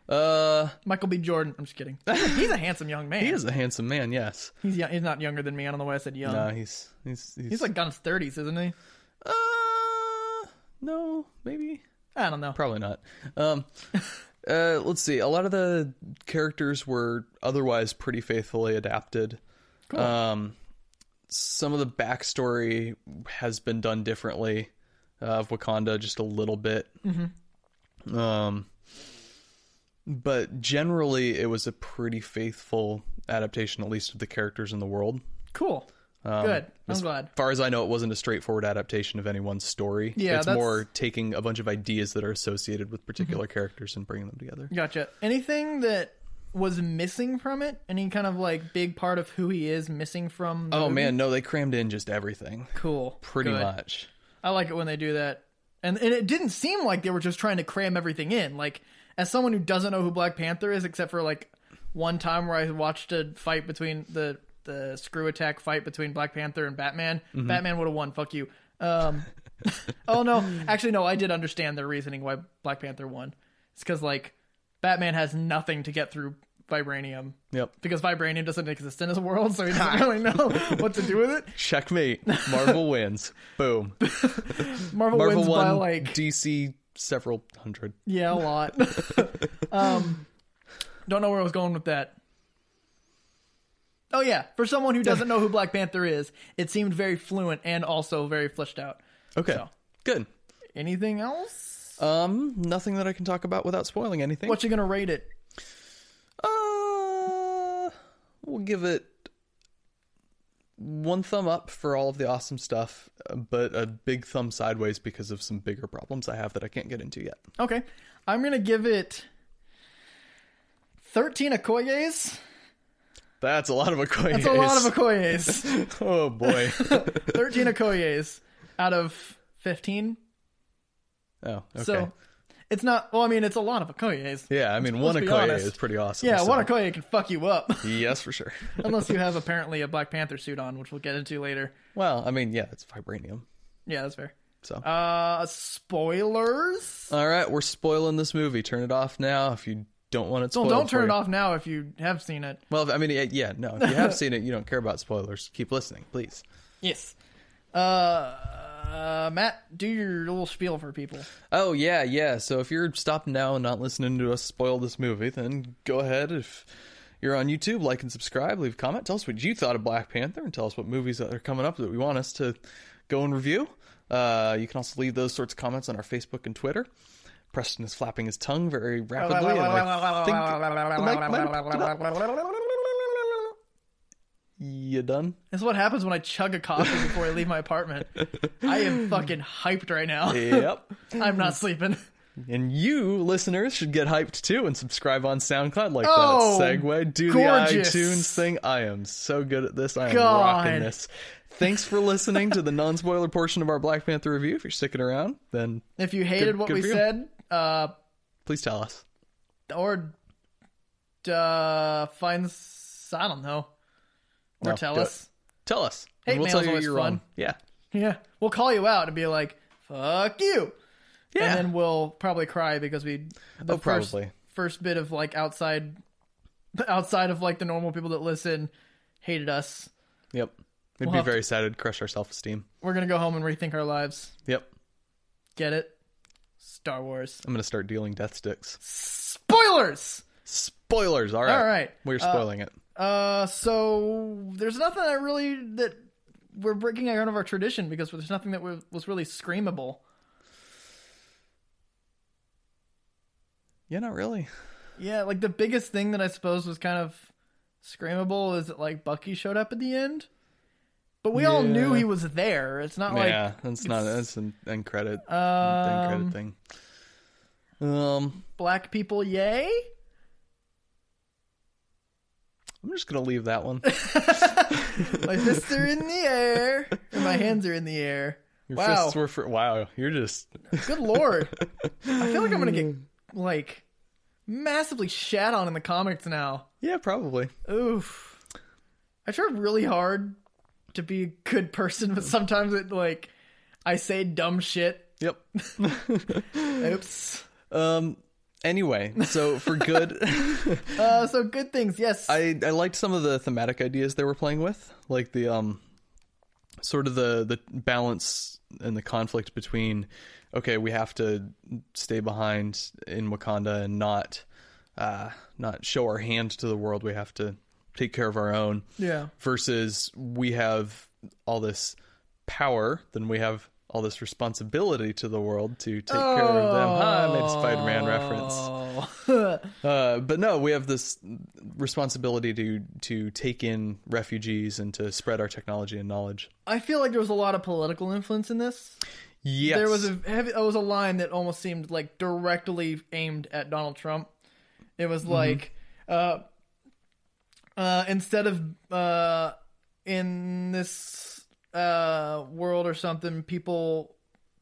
[SPEAKER 2] Uh,
[SPEAKER 1] Michael B. Jordan. I'm just kidding. He's a handsome young man.
[SPEAKER 2] he is a handsome man. Yes.
[SPEAKER 1] He's young, he's not younger than me. I don't know why I said young.
[SPEAKER 2] No, he's he's he's,
[SPEAKER 1] He's like on his thirties, isn't he?
[SPEAKER 2] uh, no, maybe.
[SPEAKER 1] I don't know.
[SPEAKER 2] Probably not. Um, uh, let's see. A lot of the characters were otherwise pretty faithfully adapted.
[SPEAKER 1] Cool.
[SPEAKER 2] Um, some of the backstory has been done differently uh, of Wakanda just a little bit. Um, but generally, it was a pretty faithful adaptation, at least of the characters in the world.
[SPEAKER 1] Cool.
[SPEAKER 2] Um,
[SPEAKER 1] Good. I'm glad.
[SPEAKER 2] As far as I know, it wasn't a straightforward adaptation of anyone's story.
[SPEAKER 1] Yeah, that's-
[SPEAKER 2] it's
[SPEAKER 1] Mm-hmm.
[SPEAKER 2] more taking a bunch of ideas that are associated with particular characters and bringing them together.
[SPEAKER 1] Gotcha. Anything that was missing from it? Any kind of like big part of who he is missing from? The
[SPEAKER 2] Oh
[SPEAKER 1] movie?
[SPEAKER 2] man, no, they crammed in just everything,
[SPEAKER 1] cool.
[SPEAKER 2] pretty
[SPEAKER 1] Good.
[SPEAKER 2] much.
[SPEAKER 1] I like it when they do that, and and it didn't seem like they were just trying to cram everything in. Like as someone who doesn't know who Black Panther is, except for like one time where I watched a fight between the the screw attack fight between Black Panther and Batman.
[SPEAKER 2] Mm-hmm.
[SPEAKER 1] Batman would have won. Fuck you. Um, oh no, actually no, I did understand their reasoning why Black Panther won. It's because like Batman has nothing to get through vibranium
[SPEAKER 2] Yep.
[SPEAKER 1] because vibranium doesn't exist in his world, so he doesn't really know what to do with it.
[SPEAKER 2] Checkmate. Marvel wins. Boom.
[SPEAKER 1] Marvel,
[SPEAKER 2] Marvel
[SPEAKER 1] wins
[SPEAKER 2] won.
[SPEAKER 1] by like
[SPEAKER 2] DC several hundred.
[SPEAKER 1] Yeah, a lot. um, don't know where I was going with that. Oh yeah, for someone who doesn't know who Black Panther is, it seemed very fluent and also very fleshed out.
[SPEAKER 2] Okay.
[SPEAKER 1] So.
[SPEAKER 2] Good.
[SPEAKER 1] Anything else?
[SPEAKER 2] Um, nothing that I can talk about without spoiling anything.
[SPEAKER 1] What you gonna rate it?
[SPEAKER 2] Uh, we'll give it one thumb up for all of the awesome stuff, uh, but a big thumb sideways because of some bigger problems I have that I can't get into yet.
[SPEAKER 1] Okay, I'm gonna give it thirteen Okoyes.
[SPEAKER 2] That's a lot of Okoye.
[SPEAKER 1] That's a lot of Okoyes.
[SPEAKER 2] oh boy.
[SPEAKER 1] thirteen Okoyes out of fifteen.
[SPEAKER 2] Oh, okay.
[SPEAKER 1] So it's not. Well, I mean, it's a lot of Okoyes.
[SPEAKER 2] yeah, I mean, one
[SPEAKER 1] be
[SPEAKER 2] Okoye
[SPEAKER 1] honest.
[SPEAKER 2] is pretty awesome.
[SPEAKER 1] Yeah,
[SPEAKER 2] so-
[SPEAKER 1] one Okoye can fuck you up.
[SPEAKER 2] Yes, for sure.
[SPEAKER 1] Unless you have apparently a Black Panther suit on, which we'll get into later.
[SPEAKER 2] well, I mean, yeah, it's vibranium.
[SPEAKER 1] Yeah, that's fair.
[SPEAKER 2] So,
[SPEAKER 1] Uh, spoilers.
[SPEAKER 2] all right, we're spoiling this movie. Turn it off now if you don't want it
[SPEAKER 1] Well,
[SPEAKER 2] spoiled.
[SPEAKER 1] don't turn
[SPEAKER 2] for
[SPEAKER 1] it
[SPEAKER 2] you.
[SPEAKER 1] off now if you have seen it.
[SPEAKER 2] Well, I mean, yeah, yeah, no. If you have seen it, you don't care about spoilers. Keep listening, please.
[SPEAKER 1] Yes. Uh, uh, Matt, do your little spiel for people.
[SPEAKER 2] Oh yeah, yeah. So if you're stopping now and not listening to us spoil this movie, then go ahead. If you're on YouTube, like and subscribe, leave a comment, tell us what you thought of Black Panther, and tell us what movies that are coming up that we want us to go and review. Uh, you can also leave those sorts of comments on our Facebook and Twitter. Preston is flapping his tongue very rapidly. and I think you done.
[SPEAKER 1] That's what happens when I chug a coffee before I leave my apartment. I am fucking hyped right now.
[SPEAKER 2] Yep.
[SPEAKER 1] I'm not sleeping.
[SPEAKER 2] And you, listeners, should get hyped too and subscribe on SoundCloud like
[SPEAKER 1] Oh,
[SPEAKER 2] that. Segway, do
[SPEAKER 1] gorgeous.
[SPEAKER 2] the iTunes thing. I am so good at this. I am
[SPEAKER 1] God.
[SPEAKER 2] rocking this. Thanks for listening to the non spoiler portion of our Black Panther review. If you're sticking around, then
[SPEAKER 1] If you hated
[SPEAKER 2] Good-
[SPEAKER 1] what
[SPEAKER 2] good
[SPEAKER 1] we
[SPEAKER 2] for you.
[SPEAKER 1] said, uh,
[SPEAKER 2] please tell us.
[SPEAKER 1] or uh, find s- I don't know, or
[SPEAKER 2] No,
[SPEAKER 1] tell
[SPEAKER 2] do
[SPEAKER 1] us.
[SPEAKER 2] Tell us.
[SPEAKER 1] Hate
[SPEAKER 2] and we'll tell
[SPEAKER 1] mail's
[SPEAKER 2] you
[SPEAKER 1] always
[SPEAKER 2] you're
[SPEAKER 1] fun.
[SPEAKER 2] wrong. Yeah.
[SPEAKER 1] Yeah, we'll call you out and be like, "Fuck you,"
[SPEAKER 2] Yeah.
[SPEAKER 1] and then we'll probably cry because we the
[SPEAKER 2] Oh,
[SPEAKER 1] first
[SPEAKER 2] probably.
[SPEAKER 1] first bit of like outside outside of like the normal people that listen hated us.
[SPEAKER 2] Yep. We'd
[SPEAKER 1] We'll
[SPEAKER 2] be
[SPEAKER 1] have
[SPEAKER 2] very sad. It'd crush our self esteem.
[SPEAKER 1] We're gonna go home and rethink our lives.
[SPEAKER 2] Yep.
[SPEAKER 1] Get it? Star Wars
[SPEAKER 2] I'm going to start dealing death sticks.
[SPEAKER 1] spoilers.
[SPEAKER 2] Spoilers. All right.
[SPEAKER 1] All right.
[SPEAKER 2] We're spoiling it.
[SPEAKER 1] Uh, so there's nothing I really that we're breaking out of our tradition because there's nothing that was was really screamable.
[SPEAKER 2] Yeah, not really.
[SPEAKER 1] Yeah, like the biggest thing that I suppose was kind of screamable is that like Bucky showed up at the end. But we all
[SPEAKER 2] Yeah.
[SPEAKER 1] knew he was there. It's not um,
[SPEAKER 2] yeah, that's not that's an end credit, end
[SPEAKER 1] like
[SPEAKER 2] credit
[SPEAKER 1] um,
[SPEAKER 2] thing. Um,
[SPEAKER 1] black people yay.
[SPEAKER 2] I'm just gonna leave that one.
[SPEAKER 1] My fists are in the air. And my hands are in the air.
[SPEAKER 2] Your
[SPEAKER 1] wow.
[SPEAKER 2] fists were for wow. You're just
[SPEAKER 1] Good lord. I feel like I'm gonna get like massively shat on in the comics now.
[SPEAKER 2] Yeah, probably.
[SPEAKER 1] Oof. I try really hard to be a good person, but sometimes it like I say dumb shit.
[SPEAKER 2] Yep.
[SPEAKER 1] Oops.
[SPEAKER 2] Um. Anyway, so for good,
[SPEAKER 1] Uh, so good things, yes.
[SPEAKER 2] I I liked some of the thematic ideas they were playing with, like the um, sort of the the balance and the conflict between, okay, we have to stay behind in Wakanda and not, uh, not show our hand to the world. We have to take care of our own.
[SPEAKER 1] yeah.
[SPEAKER 2] versus we have all this power, then we have all this responsibility to the world to take care of them. Ah, I made a Spider-Man reference.
[SPEAKER 1] reference.
[SPEAKER 2] Uh, but no, we have this responsibility to to take in refugees and to spread our technology and knowledge.
[SPEAKER 1] I feel like there was a lot of political influence in this.
[SPEAKER 2] Yes,
[SPEAKER 1] There was a heavy, there was a line that almost seemed like directly aimed at Donald Trump. It was
[SPEAKER 2] Mm-hmm.
[SPEAKER 1] like, uh, uh, instead of uh, in this uh, world or something, people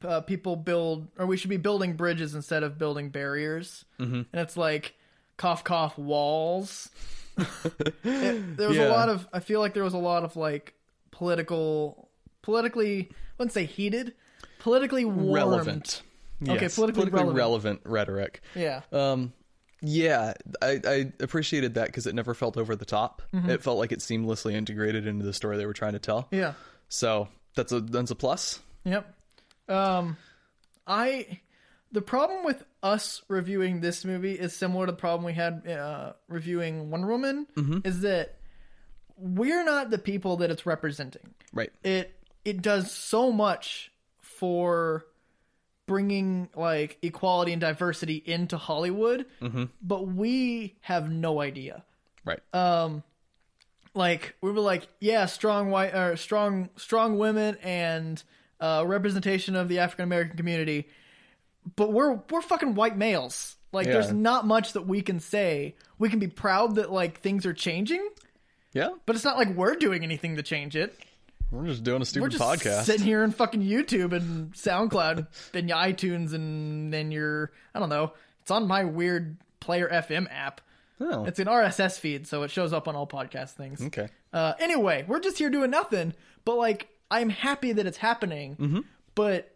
[SPEAKER 1] uh, people build or we should be building bridges instead of building barriers. Mm-hmm. And it's like cough cough walls. It- there was
[SPEAKER 2] Yeah.
[SPEAKER 1] a lot of I feel like there was a lot of like political politically I wouldn't say heated politically warmed.
[SPEAKER 2] relevant.
[SPEAKER 1] Okay,
[SPEAKER 2] Yes,
[SPEAKER 1] politically relevant.
[SPEAKER 2] relevant rhetoric.
[SPEAKER 1] Yeah.
[SPEAKER 2] Um, yeah, I, I appreciated that because it never felt over the top.
[SPEAKER 1] Mm-hmm.
[SPEAKER 2] It felt like it seamlessly integrated into the story they were trying to tell.
[SPEAKER 1] Yeah.
[SPEAKER 2] So that's a that's a plus.
[SPEAKER 1] Yep. Um I the problem with us reviewing this movie is similar to the problem we had uh, reviewing Wonder Woman is that we're not the people that it's representing.
[SPEAKER 2] Right.
[SPEAKER 1] it it does so much for bringing like equality and diversity into Hollywood, but we have no idea.
[SPEAKER 2] Right.
[SPEAKER 1] Uh, Like we were like, yeah, strong white or strong strong women and uh, representation of the African American community, but we're we're fucking white males. Like
[SPEAKER 2] Yeah.
[SPEAKER 1] there's not much that we can say. We can be proud that like things are changing,
[SPEAKER 2] yeah.
[SPEAKER 1] but it's not like we're doing anything to change it.
[SPEAKER 2] We're just doing a
[SPEAKER 1] We're
[SPEAKER 2] stupid
[SPEAKER 1] just
[SPEAKER 2] podcast.
[SPEAKER 1] sitting here on fucking YouTube and SoundCloud and your iTunes and then your I don't know. It's on my weird Player FM app.
[SPEAKER 2] Oh,
[SPEAKER 1] It's an RSS feed, so it shows up on all podcast things.
[SPEAKER 2] okay.
[SPEAKER 1] Uh, anyway, we're just here doing nothing. But like, I'm happy that it's happening. But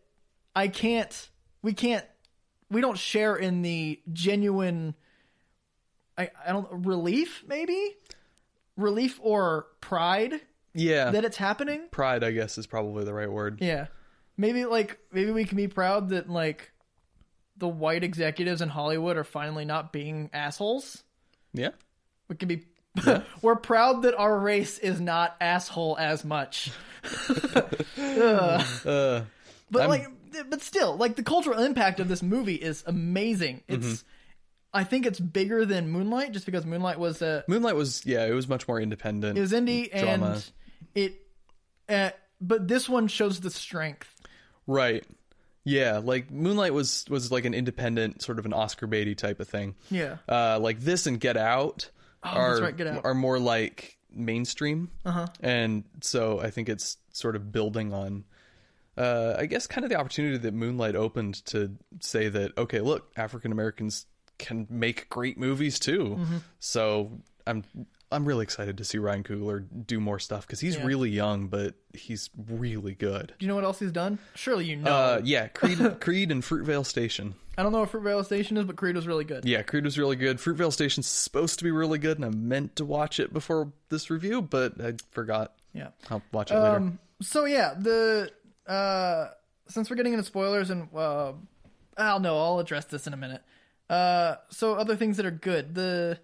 [SPEAKER 1] I can't. We can't. We don't share in the genuine. I I don't relief maybe, relief or pride
[SPEAKER 2] Yeah.
[SPEAKER 1] that it's happening.
[SPEAKER 2] Pride, I guess, is probably the right word.
[SPEAKER 1] Yeah. Maybe like maybe we can be proud that like the white executives in Hollywood are finally not being assholes.
[SPEAKER 2] Yeah.
[SPEAKER 1] We can be we're proud that our race is not asshole as much. Ugh.
[SPEAKER 2] Uh,
[SPEAKER 1] But
[SPEAKER 2] I'm-
[SPEAKER 1] like but still, like the cultural impact of this movie is amazing.
[SPEAKER 2] Mm-hmm.
[SPEAKER 1] It's I think it's bigger than Moonlight just because Moonlight was a
[SPEAKER 2] Moonlight was yeah, it was much more independent.
[SPEAKER 1] it was indie
[SPEAKER 2] Drama.
[SPEAKER 1] and it uh, but this one shows the strength.
[SPEAKER 2] right. Yeah, like Moonlight was was like an independent sort of an Oscar baity type of thing.
[SPEAKER 1] Yeah.
[SPEAKER 2] Uh, like this and Get Out are
[SPEAKER 1] Oh, right, Get Out.
[SPEAKER 2] are more like mainstream. Uh-huh. And so I think it's sort of building on uh, I guess kind of the opportunity that Moonlight opened to say that okay, look, African Americans can make great movies too.
[SPEAKER 1] Mm-hmm.
[SPEAKER 2] So I'm I'm really excited to see Ryan Coogler do more stuff because he's
[SPEAKER 1] Yeah.
[SPEAKER 2] really young, but he's really good.
[SPEAKER 1] Do you know what else he's done? Surely you know.
[SPEAKER 2] Uh, yeah, Creed, Creed, and Fruitvale Station.
[SPEAKER 1] I don't know what Fruitvale Station is, but Creed was really good.
[SPEAKER 2] Yeah, Creed was really good. Fruitvale Station's supposed to be really good, and I meant to watch it before this review, but I forgot.
[SPEAKER 1] Yeah.
[SPEAKER 2] I'll watch it later.
[SPEAKER 1] Um, so yeah, the uh, since we're getting into spoilers and uh, I'll know I'll address this in a minute. Uh, so other things that are good. The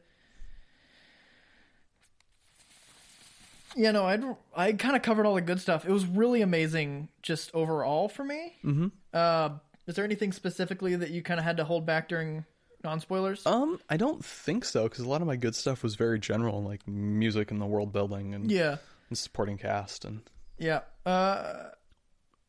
[SPEAKER 1] yeah, no, I'd, I kind of covered all the good stuff. It was really amazing just overall for me. Mm-hmm. Uh, is there anything specifically that you kind of had to hold back during non spoilers?
[SPEAKER 2] Um, I don't think so because a lot of my good stuff was very general, like music and the world building and,
[SPEAKER 1] yeah.
[SPEAKER 2] and supporting cast, and
[SPEAKER 1] Yeah. Uh,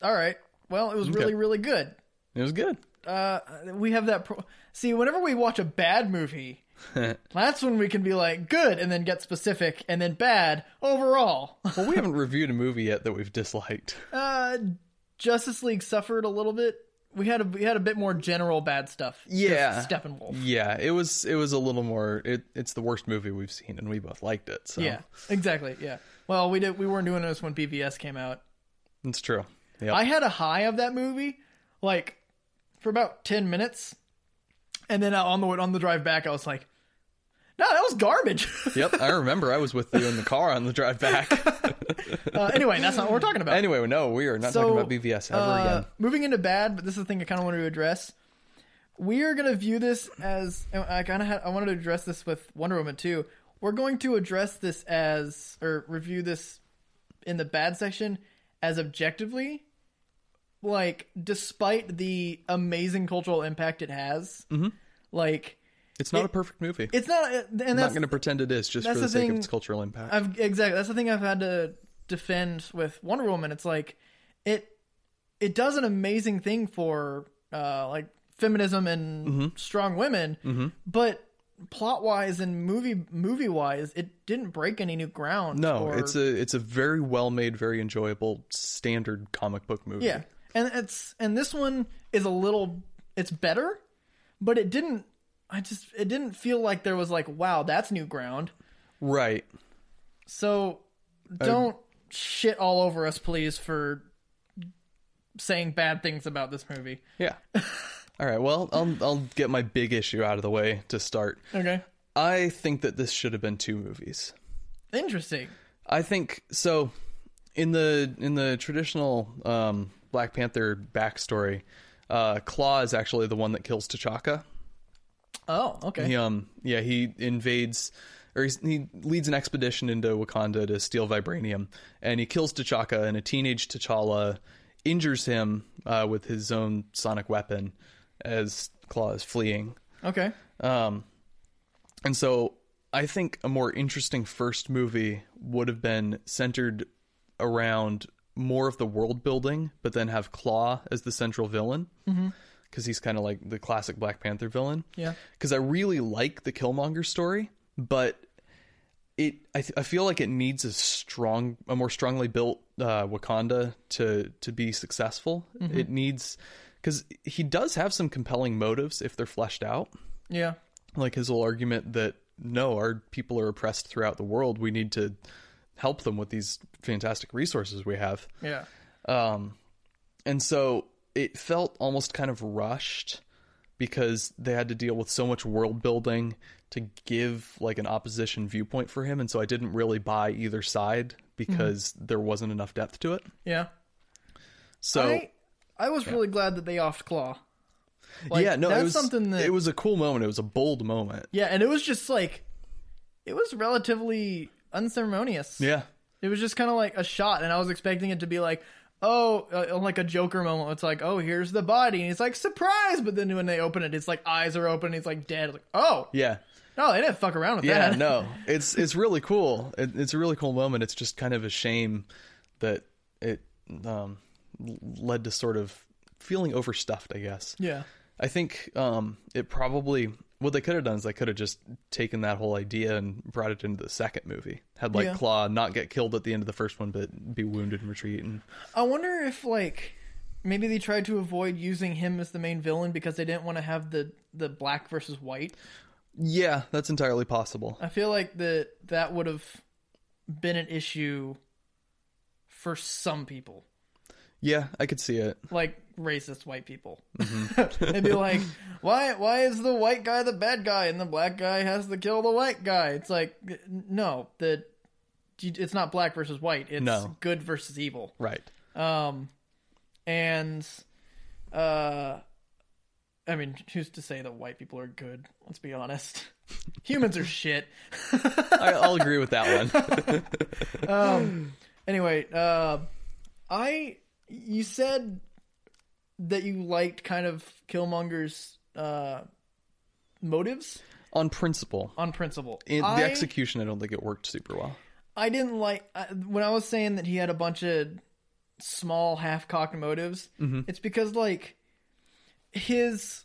[SPEAKER 1] all right. Well, it was really, really good.
[SPEAKER 2] it was good.
[SPEAKER 1] Uh, we have that. Pro- See, whenever we watch a bad movie, that's when we can be like good and then get specific and then bad overall.
[SPEAKER 2] Well, we haven't reviewed a movie yet that we've disliked.
[SPEAKER 1] Uh, Justice League Uh, suffered a little bit we had a we had a bit more general bad stuff. Just
[SPEAKER 2] Yeah.
[SPEAKER 1] Steppenwolf.
[SPEAKER 2] Yeah, it was it was a little more. It, it's the worst movie we've seen, and we both liked it. So
[SPEAKER 1] Yeah, exactly. Yeah. Well, we did. We weren't doing this when BVS came out.
[SPEAKER 2] it's true. Yeah,
[SPEAKER 1] I had a high of that movie, like for about ten minutes, and then on the on the drive back, I was like, "No, that was garbage."
[SPEAKER 2] yep. I remember I was with you in the car on the drive back.
[SPEAKER 1] uh, anyway, that's not what we're talking about.
[SPEAKER 2] anyway, no, we are not
[SPEAKER 1] So,
[SPEAKER 2] talking about BVS ever
[SPEAKER 1] Uh,
[SPEAKER 2] again.
[SPEAKER 1] Moving into bad, but this is the thing I kind of wanted to address. We are going to view this as and I kind of had I wanted to address this with Wonder Woman too. We're going to address this as or review this in the bad section as objectively like despite the amazing cultural impact it has. Like
[SPEAKER 2] It's not a perfect movie.
[SPEAKER 1] it's not and
[SPEAKER 2] I'm
[SPEAKER 1] that's
[SPEAKER 2] not going to pretend it is just for
[SPEAKER 1] that's
[SPEAKER 2] the,
[SPEAKER 1] the
[SPEAKER 2] sake
[SPEAKER 1] thing-
[SPEAKER 2] of its cultural impact.
[SPEAKER 1] I've exactly that's the thing I've had to defend with Wonder Woman. It's like it it does an amazing thing for uh, like feminism and
[SPEAKER 2] Mm-hmm.
[SPEAKER 1] strong women, but plot wise and movie movie wise, it didn't break any new ground.
[SPEAKER 2] no,
[SPEAKER 1] or-
[SPEAKER 2] it's a it's a very well made, very enjoyable standard comic book movie.
[SPEAKER 1] yeah, and it's and this one is a little it's better, but it didn't. I just it didn't feel like there was like wow that's new ground.
[SPEAKER 2] right.
[SPEAKER 1] So don't shit all over us, please, for saying bad things about this movie.
[SPEAKER 2] Yeah. All right. Well, I'll I'll get my big issue out of the way to start.
[SPEAKER 1] Okay.
[SPEAKER 2] I think that this should have been two movies.
[SPEAKER 1] Interesting.
[SPEAKER 2] I think so. In the in the traditional um, Black Panther backstory, uh, Claw is actually the one that kills T'Chaka.
[SPEAKER 1] Oh, okay.
[SPEAKER 2] He um yeah he invades or he's, he leads an expedition into Wakanda to steal vibranium, and he kills T'Chaka, and a teenage T'Challa injures him uh, with his own sonic weapon as Claw is fleeing.
[SPEAKER 1] Okay.
[SPEAKER 2] And so I think a more interesting first movie would have been centered around more of the world building, but then have Claw as the central villain. Because he's kind of like the classic Black Panther villain.
[SPEAKER 1] Yeah.
[SPEAKER 2] Because I really like the Killmonger story, but it I, th- I feel like it needs a strong a more strongly built uh, Wakanda to to be successful. It needs because he does have some compelling motives if they're fleshed out
[SPEAKER 1] Yeah.
[SPEAKER 2] like his whole argument that no, our people are oppressed throughout the world. We need to help them with these fantastic resources we have.
[SPEAKER 1] Yeah.
[SPEAKER 2] And so it felt almost kind of rushed because they had to deal with so much world building to give like an opposition viewpoint for him. And so I didn't really buy either side because
[SPEAKER 1] Mm-hmm.
[SPEAKER 2] there wasn't enough depth to it.
[SPEAKER 1] Yeah.
[SPEAKER 2] So
[SPEAKER 1] I I was really glad that they offed Claw. Like,
[SPEAKER 2] yeah, no,
[SPEAKER 1] that's
[SPEAKER 2] it was
[SPEAKER 1] something that
[SPEAKER 2] it was a cool moment. It was a bold moment.
[SPEAKER 1] yeah, and it was just like it was relatively unceremonious.
[SPEAKER 2] Yeah.
[SPEAKER 1] It was just kind of like a shot, and I was expecting it to be like, oh, uh, like a Joker moment. It's like, oh, here's the body, and he's like, surprise! But then when they open it, it's like eyes are open, and he's like dead. Like, oh,
[SPEAKER 2] Yeah.
[SPEAKER 1] no, they didn't fuck around with
[SPEAKER 2] Yeah,
[SPEAKER 1] that.
[SPEAKER 2] no, it's it's really cool. It, it's a really cool moment. It's just kind of a shame that it um, l- led to sort of feeling overstuffed. I guess.
[SPEAKER 1] Yeah,
[SPEAKER 2] I think um, it probably what they could have done is they could have just taken that whole idea and brought it into the second movie. Had like
[SPEAKER 1] Yeah.
[SPEAKER 2] Claw not get killed at the end of the first one, but be wounded and retreat. And
[SPEAKER 1] I wonder if like maybe they tried to avoid using him as the main villain because they didn't want to have the the black versus white.
[SPEAKER 2] yeah, that's entirely possible.
[SPEAKER 1] I feel like that that would have been an issue for some people.
[SPEAKER 2] Yeah, I could see it.
[SPEAKER 1] like racist white people.
[SPEAKER 2] Mm-hmm.
[SPEAKER 1] They'd be like, "Why? Why is the white guy the bad guy and the black guy has to kill the white guy?" It's like, no, the it's not black versus white. It's
[SPEAKER 2] No.
[SPEAKER 1] good versus evil.
[SPEAKER 2] Right.
[SPEAKER 1] Um, and uh, I mean, who's to say that white people are good? Let's be honest. Humans are shit.
[SPEAKER 2] I, I'll agree with that one.
[SPEAKER 1] Anyway, uh, I you said that you liked kind of Killmonger's uh, motives
[SPEAKER 2] On principle,
[SPEAKER 1] on principle.
[SPEAKER 2] in
[SPEAKER 1] I,
[SPEAKER 2] the execution, I don't think it worked super well.
[SPEAKER 1] I didn't like I, when I was saying that he had a bunch of small half-cocked motives. It's because like his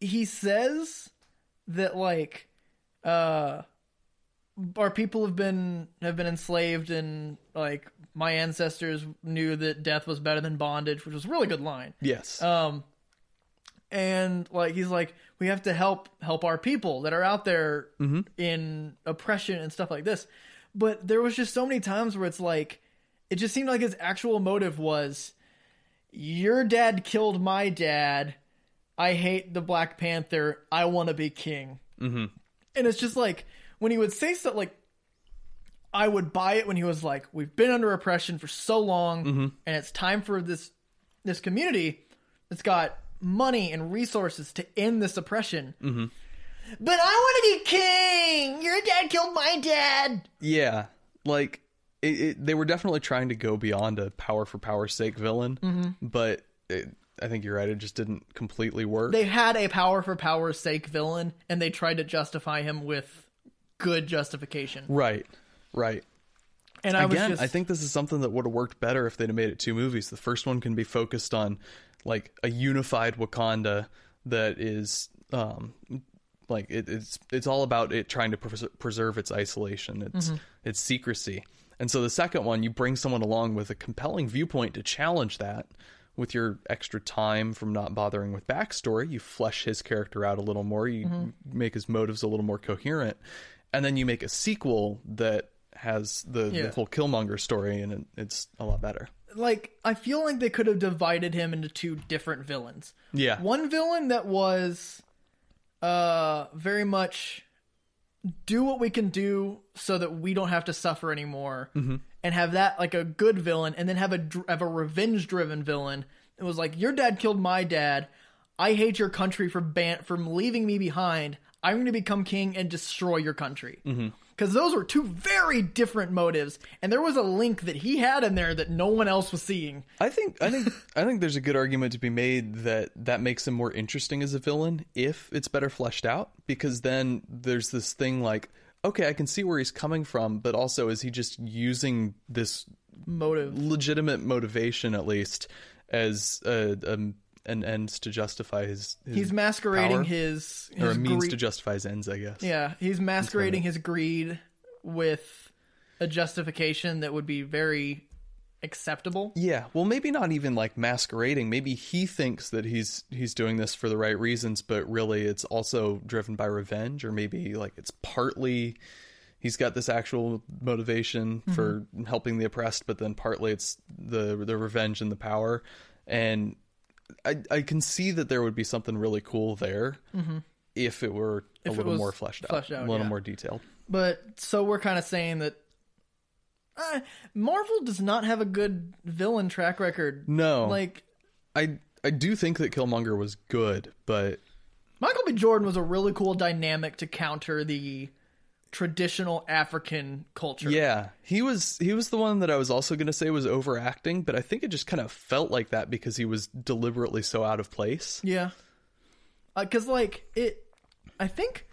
[SPEAKER 1] he says that like uh our people have been have been enslaved and like my ancestors knew that death was better than bondage, which was a really good line.
[SPEAKER 2] Yes.
[SPEAKER 1] Um, and like he's like we have to help help our people that are out there in oppression and stuff like this but there was just so many times where it's like it just seemed like his actual motive was your dad killed my dad i hate the black panther i want to be king mm-hmm. and it's just like when he would say stuff like i would buy it when he was like we've been under oppression for so long and it's time for this this community that's got money and resources to end this oppression.
[SPEAKER 2] Mm-hmm.
[SPEAKER 1] But I want to be king. Your dad killed my dad.
[SPEAKER 2] Yeah, like it, it, they were definitely trying to go beyond a power for power's sake villain,
[SPEAKER 1] Mm-hmm.
[SPEAKER 2] but it, I think you're right. It just didn't completely work.
[SPEAKER 1] They had a power for power's sake villain, and they tried to justify him with good justification.
[SPEAKER 2] right, right.
[SPEAKER 1] And I was
[SPEAKER 2] Again,
[SPEAKER 1] just,
[SPEAKER 2] I think this is something that would have worked better if they'd have made it two movies. The first one can be focused on like a unified Wakanda that is um like it, it's it's all about it trying to pres- preserve its isolation, its its secrecy. And so the second one, you bring someone along with a compelling viewpoint to challenge that. With your extra time from not bothering with backstory, you flesh his character out a little more. You make his motives a little more coherent, and then you make a sequel that has the,
[SPEAKER 1] Yeah.
[SPEAKER 2] the whole Killmonger story, and it, it's a lot better.
[SPEAKER 1] like, I feel like they could have divided him into two different villains.
[SPEAKER 2] Yeah,
[SPEAKER 1] One villain that was uh very much do what we can do so that we don't have to suffer anymore
[SPEAKER 2] Mm-hmm.
[SPEAKER 1] and have that like a good villain and then have a dr- have a revenge driven villain it was like your dad killed my dad i hate your country for ban from leaving me behind i'm going to become king and destroy your country
[SPEAKER 2] Mm-hmm.
[SPEAKER 1] because those were two very different motives and there was a link that he had in there that no one else was seeing
[SPEAKER 2] I think I think I think there's a good argument to be made that that makes him more interesting as a villain if it's better fleshed out, because then there's this thing like, okay, I can see where he's coming from, but also is he just using this
[SPEAKER 1] motive
[SPEAKER 2] legitimate motivation at least as a, a an ends to justify his, his
[SPEAKER 1] he's masquerading
[SPEAKER 2] power?
[SPEAKER 1] his,
[SPEAKER 2] or a
[SPEAKER 1] his
[SPEAKER 2] means
[SPEAKER 1] gre-
[SPEAKER 2] to justify his ends, I guess.
[SPEAKER 1] Yeah, he's masquerading his greed with a justification that would be very acceptable.
[SPEAKER 2] Yeah, well, maybe not even like masquerading. Maybe he thinks that he's he's doing this for the right reasons, but really it's also driven by revenge, or maybe like it's partly he's got this actual motivation
[SPEAKER 1] Mm-hmm.
[SPEAKER 2] for helping the oppressed, but then partly it's the the revenge and the power. And I I can see that there would be something really cool there if it were a
[SPEAKER 1] Mm-hmm. If it
[SPEAKER 2] little
[SPEAKER 1] was
[SPEAKER 2] more fleshed out,
[SPEAKER 1] fleshed out,
[SPEAKER 2] a little
[SPEAKER 1] yeah.
[SPEAKER 2] more detailed.
[SPEAKER 1] But so we're kind of saying that uh, Marvel does not have a good villain track record.
[SPEAKER 2] No,
[SPEAKER 1] Like
[SPEAKER 2] I I do think that Killmonger was good, but
[SPEAKER 1] Michael B. Jordan was a really cool dynamic to counter the traditional African culture.
[SPEAKER 2] Yeah, he was he was the one that I was also going to say was overacting, but I think it just kind of felt like that because he was deliberately so out of place.
[SPEAKER 1] Yeah. Because, like, it. I think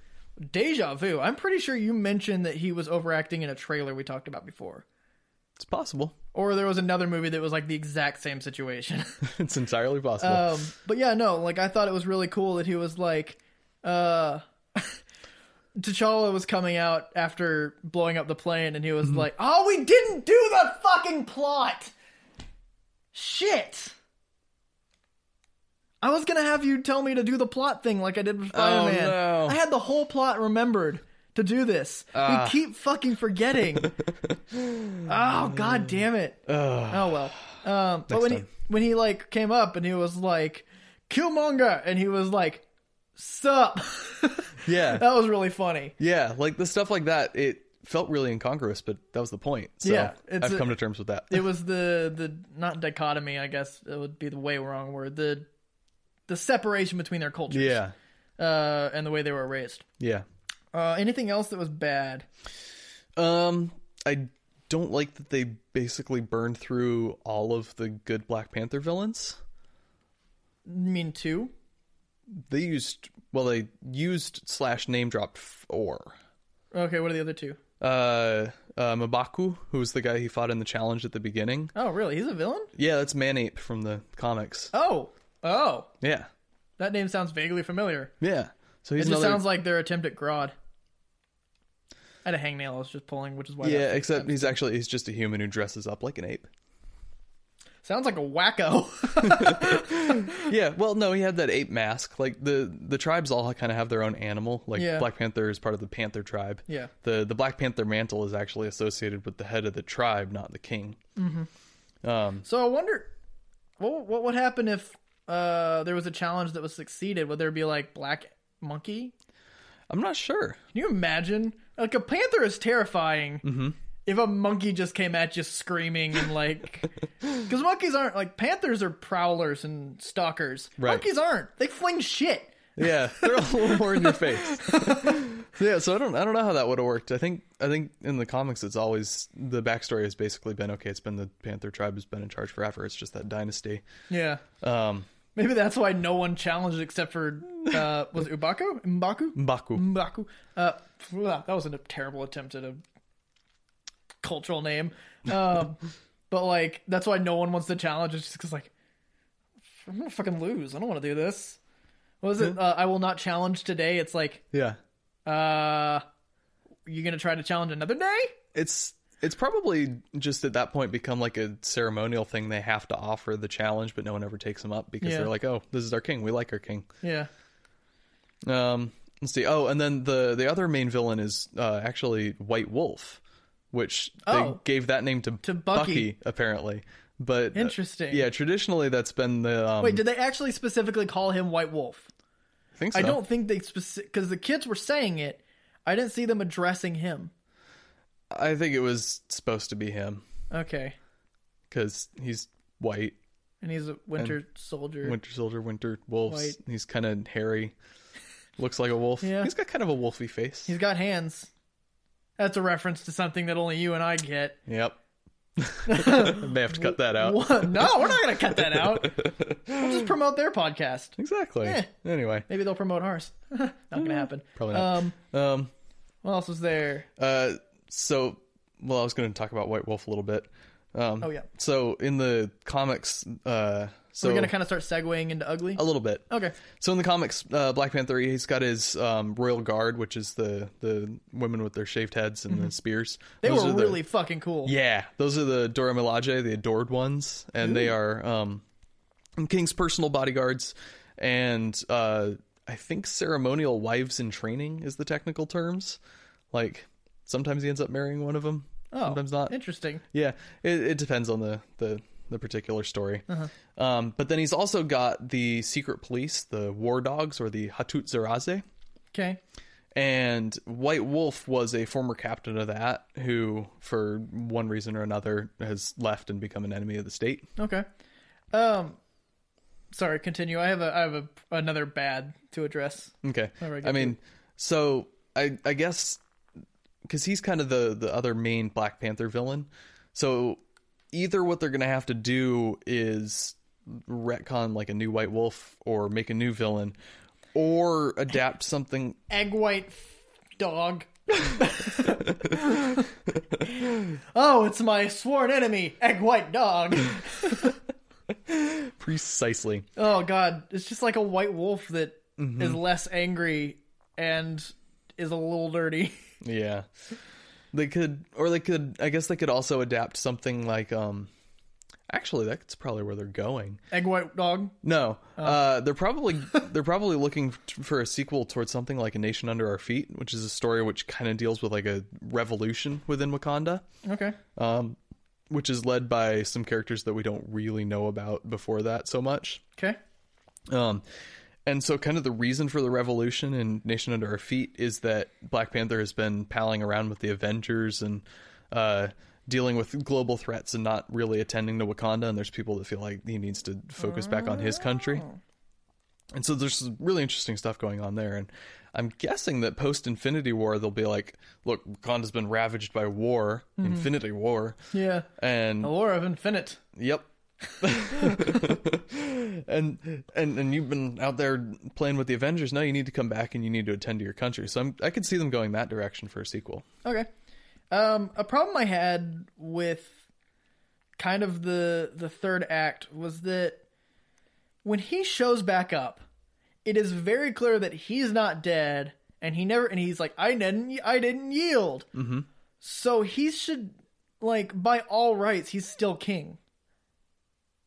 [SPEAKER 1] Deja Vu, I'm pretty sure you mentioned that he was overacting in a trailer we talked about before.
[SPEAKER 2] It's possible.
[SPEAKER 1] Or there was another movie that was like the exact same situation.
[SPEAKER 2] it's entirely possible.
[SPEAKER 1] um, but yeah, no, like, I thought it was really cool that he was like, uh. T'Challa was coming out after blowing up the plane, and he was like, "Oh, we didn't do the fucking plot. Shit. I was gonna have you tell me to do the plot thing like I did with Spider Man.
[SPEAKER 2] no.
[SPEAKER 1] I had the whole plot remembered to do this. we keep fucking forgetting. oh god damn it. Oh well. Um, but when
[SPEAKER 2] Mm. time.
[SPEAKER 1] he when he like came up and he was like, "Killmonger," and he was like, "Sup."
[SPEAKER 2] yeah,
[SPEAKER 1] That was really funny.
[SPEAKER 2] yeah, like the stuff like that. It felt really incongruous, but that was the point. So
[SPEAKER 1] Yeah, it's
[SPEAKER 2] I've
[SPEAKER 1] a-
[SPEAKER 2] come to terms with that.
[SPEAKER 1] It was the the not dichotomy, I guess it would be the way wrong word. The the separation between their cultures,
[SPEAKER 2] yeah,
[SPEAKER 1] uh, and the way they were raised.
[SPEAKER 2] yeah.
[SPEAKER 1] Uh, anything else that was bad?
[SPEAKER 2] Um, I don't like that they basically burned through all of the good Black Panther villains.
[SPEAKER 1] I mean, two.
[SPEAKER 2] They used well, they used slash name dropped four.
[SPEAKER 1] Okay, what are the other two?
[SPEAKER 2] uh, uh Mabaku, who was the guy he fought in the challenge at the beginning.
[SPEAKER 1] Oh, really? He's a villain?
[SPEAKER 2] Yeah, that's Manape from the comics.
[SPEAKER 1] Oh, oh,
[SPEAKER 2] Yeah,
[SPEAKER 1] that name sounds vaguely familiar.
[SPEAKER 2] yeah. So he's
[SPEAKER 1] It just
[SPEAKER 2] another.
[SPEAKER 1] sounds like their attempt at Grodd. I had a hangnail I was just pulling, which is why.
[SPEAKER 2] yeah,
[SPEAKER 1] that-
[SPEAKER 2] except he's actually he's just a human who dresses up like an ape.
[SPEAKER 1] Sounds like a wacko.
[SPEAKER 2] Yeah, well, no, he had that ape mask. Like the the tribes all kind of have their own animal. Like
[SPEAKER 1] Yeah.
[SPEAKER 2] Black Panther is part of the Panther tribe.
[SPEAKER 1] Yeah.
[SPEAKER 2] The the Black Panther mantle is actually associated with the head of the tribe, not the king. Mm-hmm. Um,
[SPEAKER 1] so I wonder what what would happen if uh, there was a challenge that was succeeded. Would there be like black monkey?
[SPEAKER 2] I'm not sure.
[SPEAKER 1] Can you imagine? Like a panther is terrifying.
[SPEAKER 2] Mm-hmm.
[SPEAKER 1] If a monkey just came at you screaming and like, because monkeys aren't like panthers are prowlers and stalkers.
[SPEAKER 2] Right.
[SPEAKER 1] Monkeys aren't. They fling shit.
[SPEAKER 2] Yeah, they're a little more in your face. yeah, so I don't I don't know how that would have worked. I think I think in the comics it's always the backstory has basically been okay. It's been the Panther tribe has been in charge forever. It's just that dynasty.
[SPEAKER 1] Yeah.
[SPEAKER 2] Um,
[SPEAKER 1] Maybe that's why no one challenged except for uh, was it Ubaku? Mbaku?
[SPEAKER 2] Mbaku.
[SPEAKER 1] Mbaku. Uh, blah, that was a terrible attempt at a cultural name. Um, but like that's why no one wants to challenge. It's just because like I'm gonna fucking lose. I don't want to do this. What was it? Uh, I will not challenge today. It's like
[SPEAKER 2] Yeah,
[SPEAKER 1] uh, you gonna try to challenge another day?
[SPEAKER 2] it's it's probably just at that point become like a ceremonial thing they have to offer the challenge, but no one ever takes them up because
[SPEAKER 1] Yeah.
[SPEAKER 2] they're like, oh, this is our king. We like our king.
[SPEAKER 1] Yeah.
[SPEAKER 2] Um, let's see. Oh, and then the the other main villain is uh, actually White Wolf, which
[SPEAKER 1] Oh.
[SPEAKER 2] they gave that name to,
[SPEAKER 1] To Bucky.
[SPEAKER 2] apparently. But uh,
[SPEAKER 1] Interesting.
[SPEAKER 2] yeah, traditionally that's been the um,
[SPEAKER 1] Wait, did they actually specifically call him White Wolf?
[SPEAKER 2] I think so.
[SPEAKER 1] I don't think they specific because the kids were saying it. I didn't see them addressing him.
[SPEAKER 2] I think it was supposed to be him
[SPEAKER 1] Okay,
[SPEAKER 2] because he's white,
[SPEAKER 1] and he's a Winter Soldier.
[SPEAKER 2] Winter Soldier, Winter Wolf.
[SPEAKER 1] White.
[SPEAKER 2] He's kind of hairy, looks like a wolf.
[SPEAKER 1] Yeah.
[SPEAKER 2] He's got kind of a wolfy face.
[SPEAKER 1] He's got hands. That's a reference to something that only you and I get.
[SPEAKER 2] Yep. May have to cut that out.
[SPEAKER 1] What? No, we're not gonna cut that out. We'll just promote their podcast.
[SPEAKER 2] Exactly.
[SPEAKER 1] Eh.
[SPEAKER 2] Anyway,
[SPEAKER 1] Maybe they'll promote ours. not
[SPEAKER 2] Mm.
[SPEAKER 1] gonna happen.
[SPEAKER 2] probably not.
[SPEAKER 1] Um,
[SPEAKER 2] um
[SPEAKER 1] what else was there?
[SPEAKER 2] Uh, so well i was going to talk about white wolf a little bit um
[SPEAKER 1] Oh, yeah.
[SPEAKER 2] so in the comics uh so
[SPEAKER 1] We're gonna kind of start segueing into ugly.
[SPEAKER 2] a little bit
[SPEAKER 1] Okay.
[SPEAKER 2] so in the comics uh black panther he's got his um royal guard which is the the women with their shaved heads and the spears
[SPEAKER 1] Mm-hmm. They
[SPEAKER 2] Those
[SPEAKER 1] were
[SPEAKER 2] are the-
[SPEAKER 1] really fucking cool.
[SPEAKER 2] yeah those are the dora milaje the adored ones and they are um king's personal bodyguards and uh i think ceremonial wives in training is the technical terms like sometimes he ends up marrying one of them
[SPEAKER 1] Oh,
[SPEAKER 2] sometimes not
[SPEAKER 1] Interesting.
[SPEAKER 2] yeah, it, it depends on the the, the particular story. Um, but then he's also got the secret police, the war dogs, or the Hatut Zaraze.
[SPEAKER 1] Okay.
[SPEAKER 2] And White Wolf was a former captain of that who, for one reason or another, has left and become an enemy of the state.
[SPEAKER 1] Okay. Um, sorry. Continue. I have a I have a another bad to address.
[SPEAKER 2] Okay.
[SPEAKER 1] right,
[SPEAKER 2] I
[SPEAKER 1] good.
[SPEAKER 2] mean, so I I guess because he's kind of the the other main Black Panther villain. So either what they're gonna have to do is retcon like a new White Wolf or make a new villain, or adapt something.
[SPEAKER 1] egg white f- dog. oh, it's my sworn enemy, egg white dog.
[SPEAKER 2] Precisely.
[SPEAKER 1] Oh god, it's just like a white wolf that is less angry and is a little dirty.
[SPEAKER 2] Yeah. They could, or they could. I guess they could also adapt something like. um Actually, that's probably where they're going.
[SPEAKER 1] Egg white dog.
[SPEAKER 2] No, uh, they're probably they're probably looking t- for a sequel towards something like A Nation Under Our Feet, which is a story which kind of deals with like a revolution within Wakanda,
[SPEAKER 1] Okay.
[SPEAKER 2] um, which is led by some characters that we don't really know about before that so much.
[SPEAKER 1] Okay.
[SPEAKER 2] Um, and so, kind of the reason for the revolution in Nation Under Our Feet is that Black Panther has been palling around with the Avengers and uh, dealing with global threats and not really attending to Wakanda. And there's people that feel like he needs to focus back on his country. And so, there's some really interesting stuff going on there. And I'm guessing that post Infinity War, they'll be like, look, Wakanda's been ravaged by war, Infinity War.
[SPEAKER 1] Yeah.
[SPEAKER 2] And
[SPEAKER 1] The lore of infinite.
[SPEAKER 2] Yep. and and and you've been out there playing with the Avengers. Now you need to come back and you need to attend to your country. So I'm, I could see them going that direction for a sequel.
[SPEAKER 1] Okay. Um, a problem I had with kind of the the third act was that when he shows back up, it is very clear that he's not dead, and he never and he's like, I didn't, I didn't yield. Mm-hmm. So he should, like, by all rights, he's still king.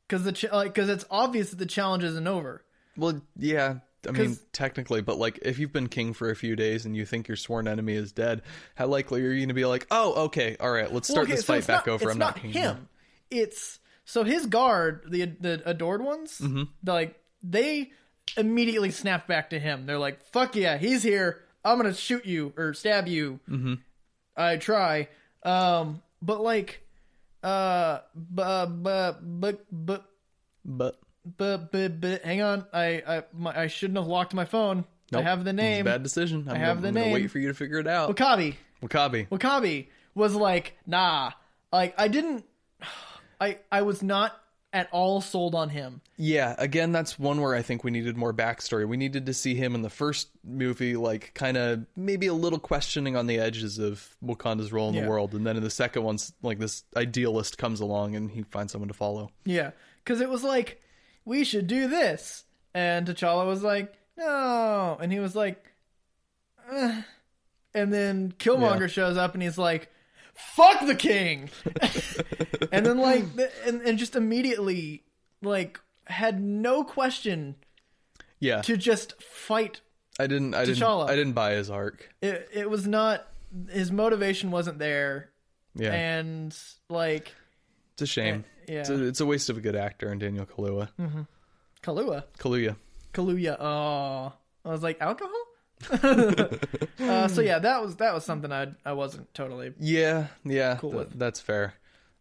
[SPEAKER 1] because the ch- like because it's obvious that the challenge isn't over.
[SPEAKER 2] Well, yeah. I mean,
[SPEAKER 1] 'Cause-
[SPEAKER 2] technically, but like, if you've been king for a few days and you think your sworn enemy is dead, how likely are you going to be like, "Oh, okay, all right, let's start
[SPEAKER 1] okay,
[SPEAKER 2] this
[SPEAKER 1] so
[SPEAKER 2] fight
[SPEAKER 1] it's
[SPEAKER 2] back
[SPEAKER 1] not-
[SPEAKER 2] over"?
[SPEAKER 1] It's
[SPEAKER 2] I'm
[SPEAKER 1] not,
[SPEAKER 2] not, king
[SPEAKER 1] him.
[SPEAKER 2] now.
[SPEAKER 1] It's so his guard, the the adored ones,
[SPEAKER 2] Mm-hmm.
[SPEAKER 1] they're like they immediately snap back to him. They're like, "Fuck yeah, he's here. I'm gonna shoot you or stab you." Mm-hmm. I try, um, but like, uh, but but but but
[SPEAKER 2] But
[SPEAKER 1] but but but hang on, I I my, I shouldn't have locked my phone.
[SPEAKER 2] Nope.
[SPEAKER 1] I have the
[SPEAKER 2] it's a
[SPEAKER 1] name.
[SPEAKER 2] bad decision. I'm,
[SPEAKER 1] have
[SPEAKER 2] gonna,
[SPEAKER 1] the
[SPEAKER 2] I'm gonna
[SPEAKER 1] name.
[SPEAKER 2] wait for you to figure it out.
[SPEAKER 1] Wakabi.
[SPEAKER 2] Wakabi.
[SPEAKER 1] Wakabi was like, nah, like I didn't, I I was not at all sold on him.
[SPEAKER 2] Yeah, again, that's one where I think we needed more backstory. We needed to see him in the first movie, like kind of maybe a little questioning on the edges of Wakanda's role in
[SPEAKER 1] Yeah.
[SPEAKER 2] the world, and then in the second one, s- like this idealist comes along and he finds someone to follow.
[SPEAKER 1] Yeah, because it was like, we should do this, and T'Challa was like, no, and he was like, "Ugh." and then Killmonger
[SPEAKER 2] Yeah.
[SPEAKER 1] shows up and he's like, fuck the king, and then like, th- and and just immediately like had no question
[SPEAKER 2] Yeah,
[SPEAKER 1] to just fight
[SPEAKER 2] I didn't, I didn't,
[SPEAKER 1] T'Challa.
[SPEAKER 2] I didn't buy his arc.
[SPEAKER 1] it, it was not his motivation wasn't there
[SPEAKER 2] Yeah,
[SPEAKER 1] and like
[SPEAKER 2] it's a shame.
[SPEAKER 1] yeah Hmm.
[SPEAKER 2] It's, a, it's a waste of a good actor in Daniel Kaluuya.
[SPEAKER 1] kahlua
[SPEAKER 2] Kaluuya.
[SPEAKER 1] kaluuya oh i was like alcohol uh, so yeah that was that was something i i wasn't totally
[SPEAKER 2] Yeah, yeah, th-
[SPEAKER 1] with.
[SPEAKER 2] that's fair.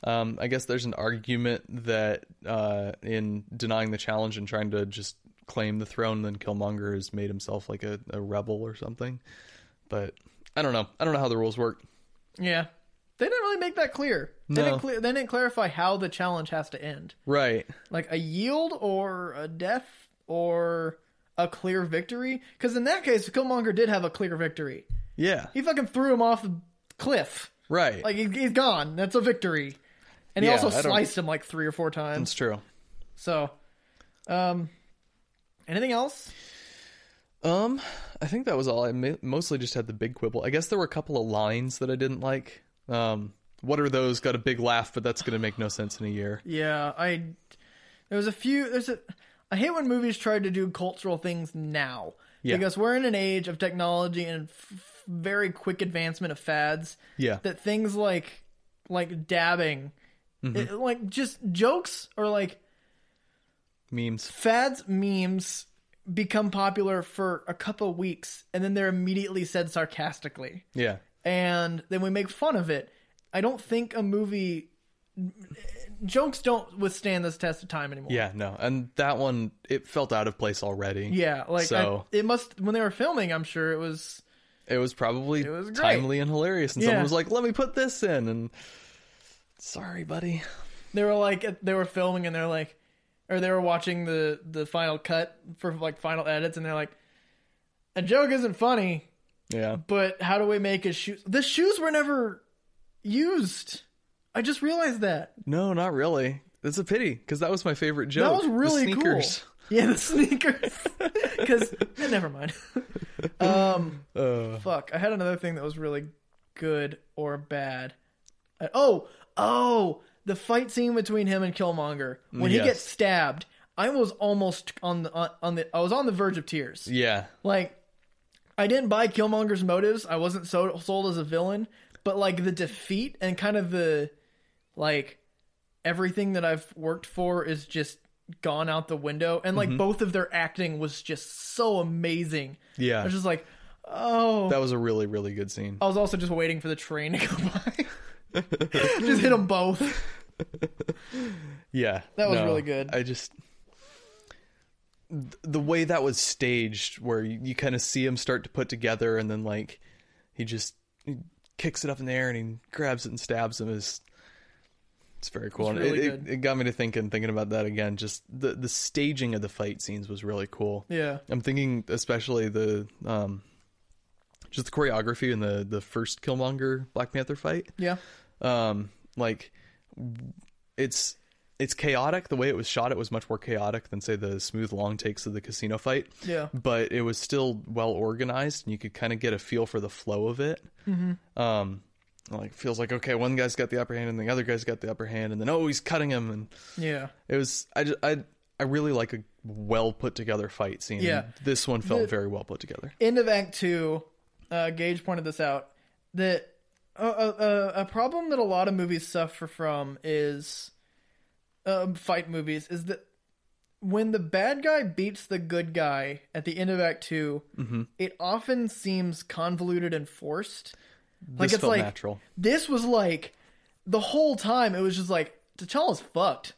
[SPEAKER 2] Um, I guess there's an argument that uh, in denying the challenge and trying to just claim the throne, then Killmonger has made himself like a, a rebel or something. But I don't know. I don't know how the rules work.
[SPEAKER 1] yeah they didn't really make that clear they,
[SPEAKER 2] No.
[SPEAKER 1] didn't clear they didn't clarify how the challenge has to end
[SPEAKER 2] Right.
[SPEAKER 1] like a yield or a death or a clear victory because in that case killmonger did have a clear victory
[SPEAKER 2] Yeah.
[SPEAKER 1] he fucking threw him off the cliff
[SPEAKER 2] Right.
[SPEAKER 1] Like he's, he's gone. That's a victory. And he
[SPEAKER 2] Yeah,
[SPEAKER 1] also
[SPEAKER 2] I don't-
[SPEAKER 1] sliced him like three or four times.
[SPEAKER 2] That's true.
[SPEAKER 1] So, um, anything else?
[SPEAKER 2] Um, I think that was all. I mi- mostly just had the big quibble. I guess there were a couple of lines that I didn't like. Um, what are those? Got a big laugh, but that's going to make no sense in a year.
[SPEAKER 1] Yeah, I. There was a few. There's a. I hate when movies try to do cultural things now
[SPEAKER 2] Yeah.
[SPEAKER 1] because we're in an age of technology and f- very quick advancement of fads.
[SPEAKER 2] Yeah.
[SPEAKER 1] that things like like dabbing, it- like just jokes or like
[SPEAKER 2] Memes.
[SPEAKER 1] fads memes become popular for a couple weeks and then they're immediately said sarcastically
[SPEAKER 2] Yeah.
[SPEAKER 1] and then we make fun of it i don't think a movie jokes don't withstand this test of time anymore
[SPEAKER 2] Yeah, no, and that one it felt out of place already.
[SPEAKER 1] yeah like I-
[SPEAKER 2] So-
[SPEAKER 1] it must when they were filming i'm sure it was
[SPEAKER 2] it was probably
[SPEAKER 1] was great.
[SPEAKER 2] timely and hilarious, and
[SPEAKER 1] Yeah.
[SPEAKER 2] someone was like, "Let me put this in," and sorry, buddy.
[SPEAKER 1] they were like they were filming and they're like or they were watching the the final cut for like final edits and they're like a joke isn't funny
[SPEAKER 2] Yeah,
[SPEAKER 1] But how do we make his shoes? The shoes were never used. I just realized that.
[SPEAKER 2] no, not really. It's a pity because that was my favorite joke.
[SPEAKER 1] That was
[SPEAKER 2] The
[SPEAKER 1] really cool.
[SPEAKER 2] sneakers.
[SPEAKER 1] Yeah, the sneakers. Because never mind. Um,
[SPEAKER 2] Uh,
[SPEAKER 1] fuck. I had another thing that was really good or bad. I- oh, oh, the fight scene between him and Killmonger when
[SPEAKER 2] Mm, Yes.
[SPEAKER 1] he gets stabbed. I was almost on the uh, on, on the I was on the verge of tears.
[SPEAKER 2] yeah,
[SPEAKER 1] Like, I didn't buy Killmonger's motives. I wasn't so sold as a villain, but like the defeat and kind of the like everything that I've worked for is just gone out the window. And like both of their acting was just so amazing. I
[SPEAKER 2] yeah.
[SPEAKER 1] was just like, oh.
[SPEAKER 2] That was a really, really good scene.
[SPEAKER 1] I was also just waiting for the train to go by. just hit them both.
[SPEAKER 2] Yeah,
[SPEAKER 1] That was really good.
[SPEAKER 2] I just th- the way that was staged, where you, you kind of see him start to put together, and then like he just he kicks it up in the air and he grabs it and stabs him is it's very cool. And
[SPEAKER 1] really
[SPEAKER 2] it, it,
[SPEAKER 1] good.
[SPEAKER 2] it got me to thinking, thinking about that again. Just the the staging of the fight scenes was really cool.
[SPEAKER 1] Yeah.
[SPEAKER 2] I'm thinking especially the um just the choreography in the the first Killmonger Black Panther fight
[SPEAKER 1] Yeah.
[SPEAKER 2] um like w- it's it's chaotic the way it was shot it was much more chaotic than say the smooth long takes of the casino fight
[SPEAKER 1] Yeah.
[SPEAKER 2] but it
[SPEAKER 1] Mm-hmm.
[SPEAKER 2] was still well organized and you could kind of get a feel for the flow of it um Like feels like okay, one guy's got the upper hand and the other guy's got the upper hand, and then oh, he's cutting him, and
[SPEAKER 1] Yeah.
[SPEAKER 2] it was I ju- I I really like a well put together fight scene.
[SPEAKER 1] Yeah.
[SPEAKER 2] and This one felt very well put together.
[SPEAKER 1] end of Act Two, uh, Gage pointed this out that a, a, a- a problem that a lot of movies suffer from is um, fight movies is that when the bad guy beats the good guy at the end of Act 2
[SPEAKER 2] Mm-hmm.
[SPEAKER 1] it often seems convoluted and forced.
[SPEAKER 2] this
[SPEAKER 1] it's
[SPEAKER 2] felt
[SPEAKER 1] like-
[SPEAKER 2] natural.
[SPEAKER 1] This was like the whole time it was just like T'Challa's fucked.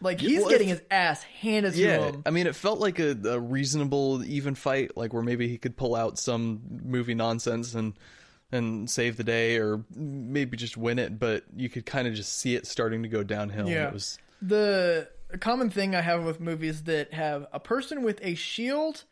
[SPEAKER 1] Like he's
[SPEAKER 2] well,
[SPEAKER 1] getting
[SPEAKER 2] if-
[SPEAKER 1] his ass handed to
[SPEAKER 2] Yeah,
[SPEAKER 1] him.
[SPEAKER 2] I mean, it felt like a, a reasonable, even fight, like where maybe he could pull out some movie nonsense and and save the day, or maybe just win it. But you could kind of just see it starting to go downhill. and
[SPEAKER 1] Yeah.
[SPEAKER 2] it was
[SPEAKER 1] the common thing I have with movies that have a person with a shield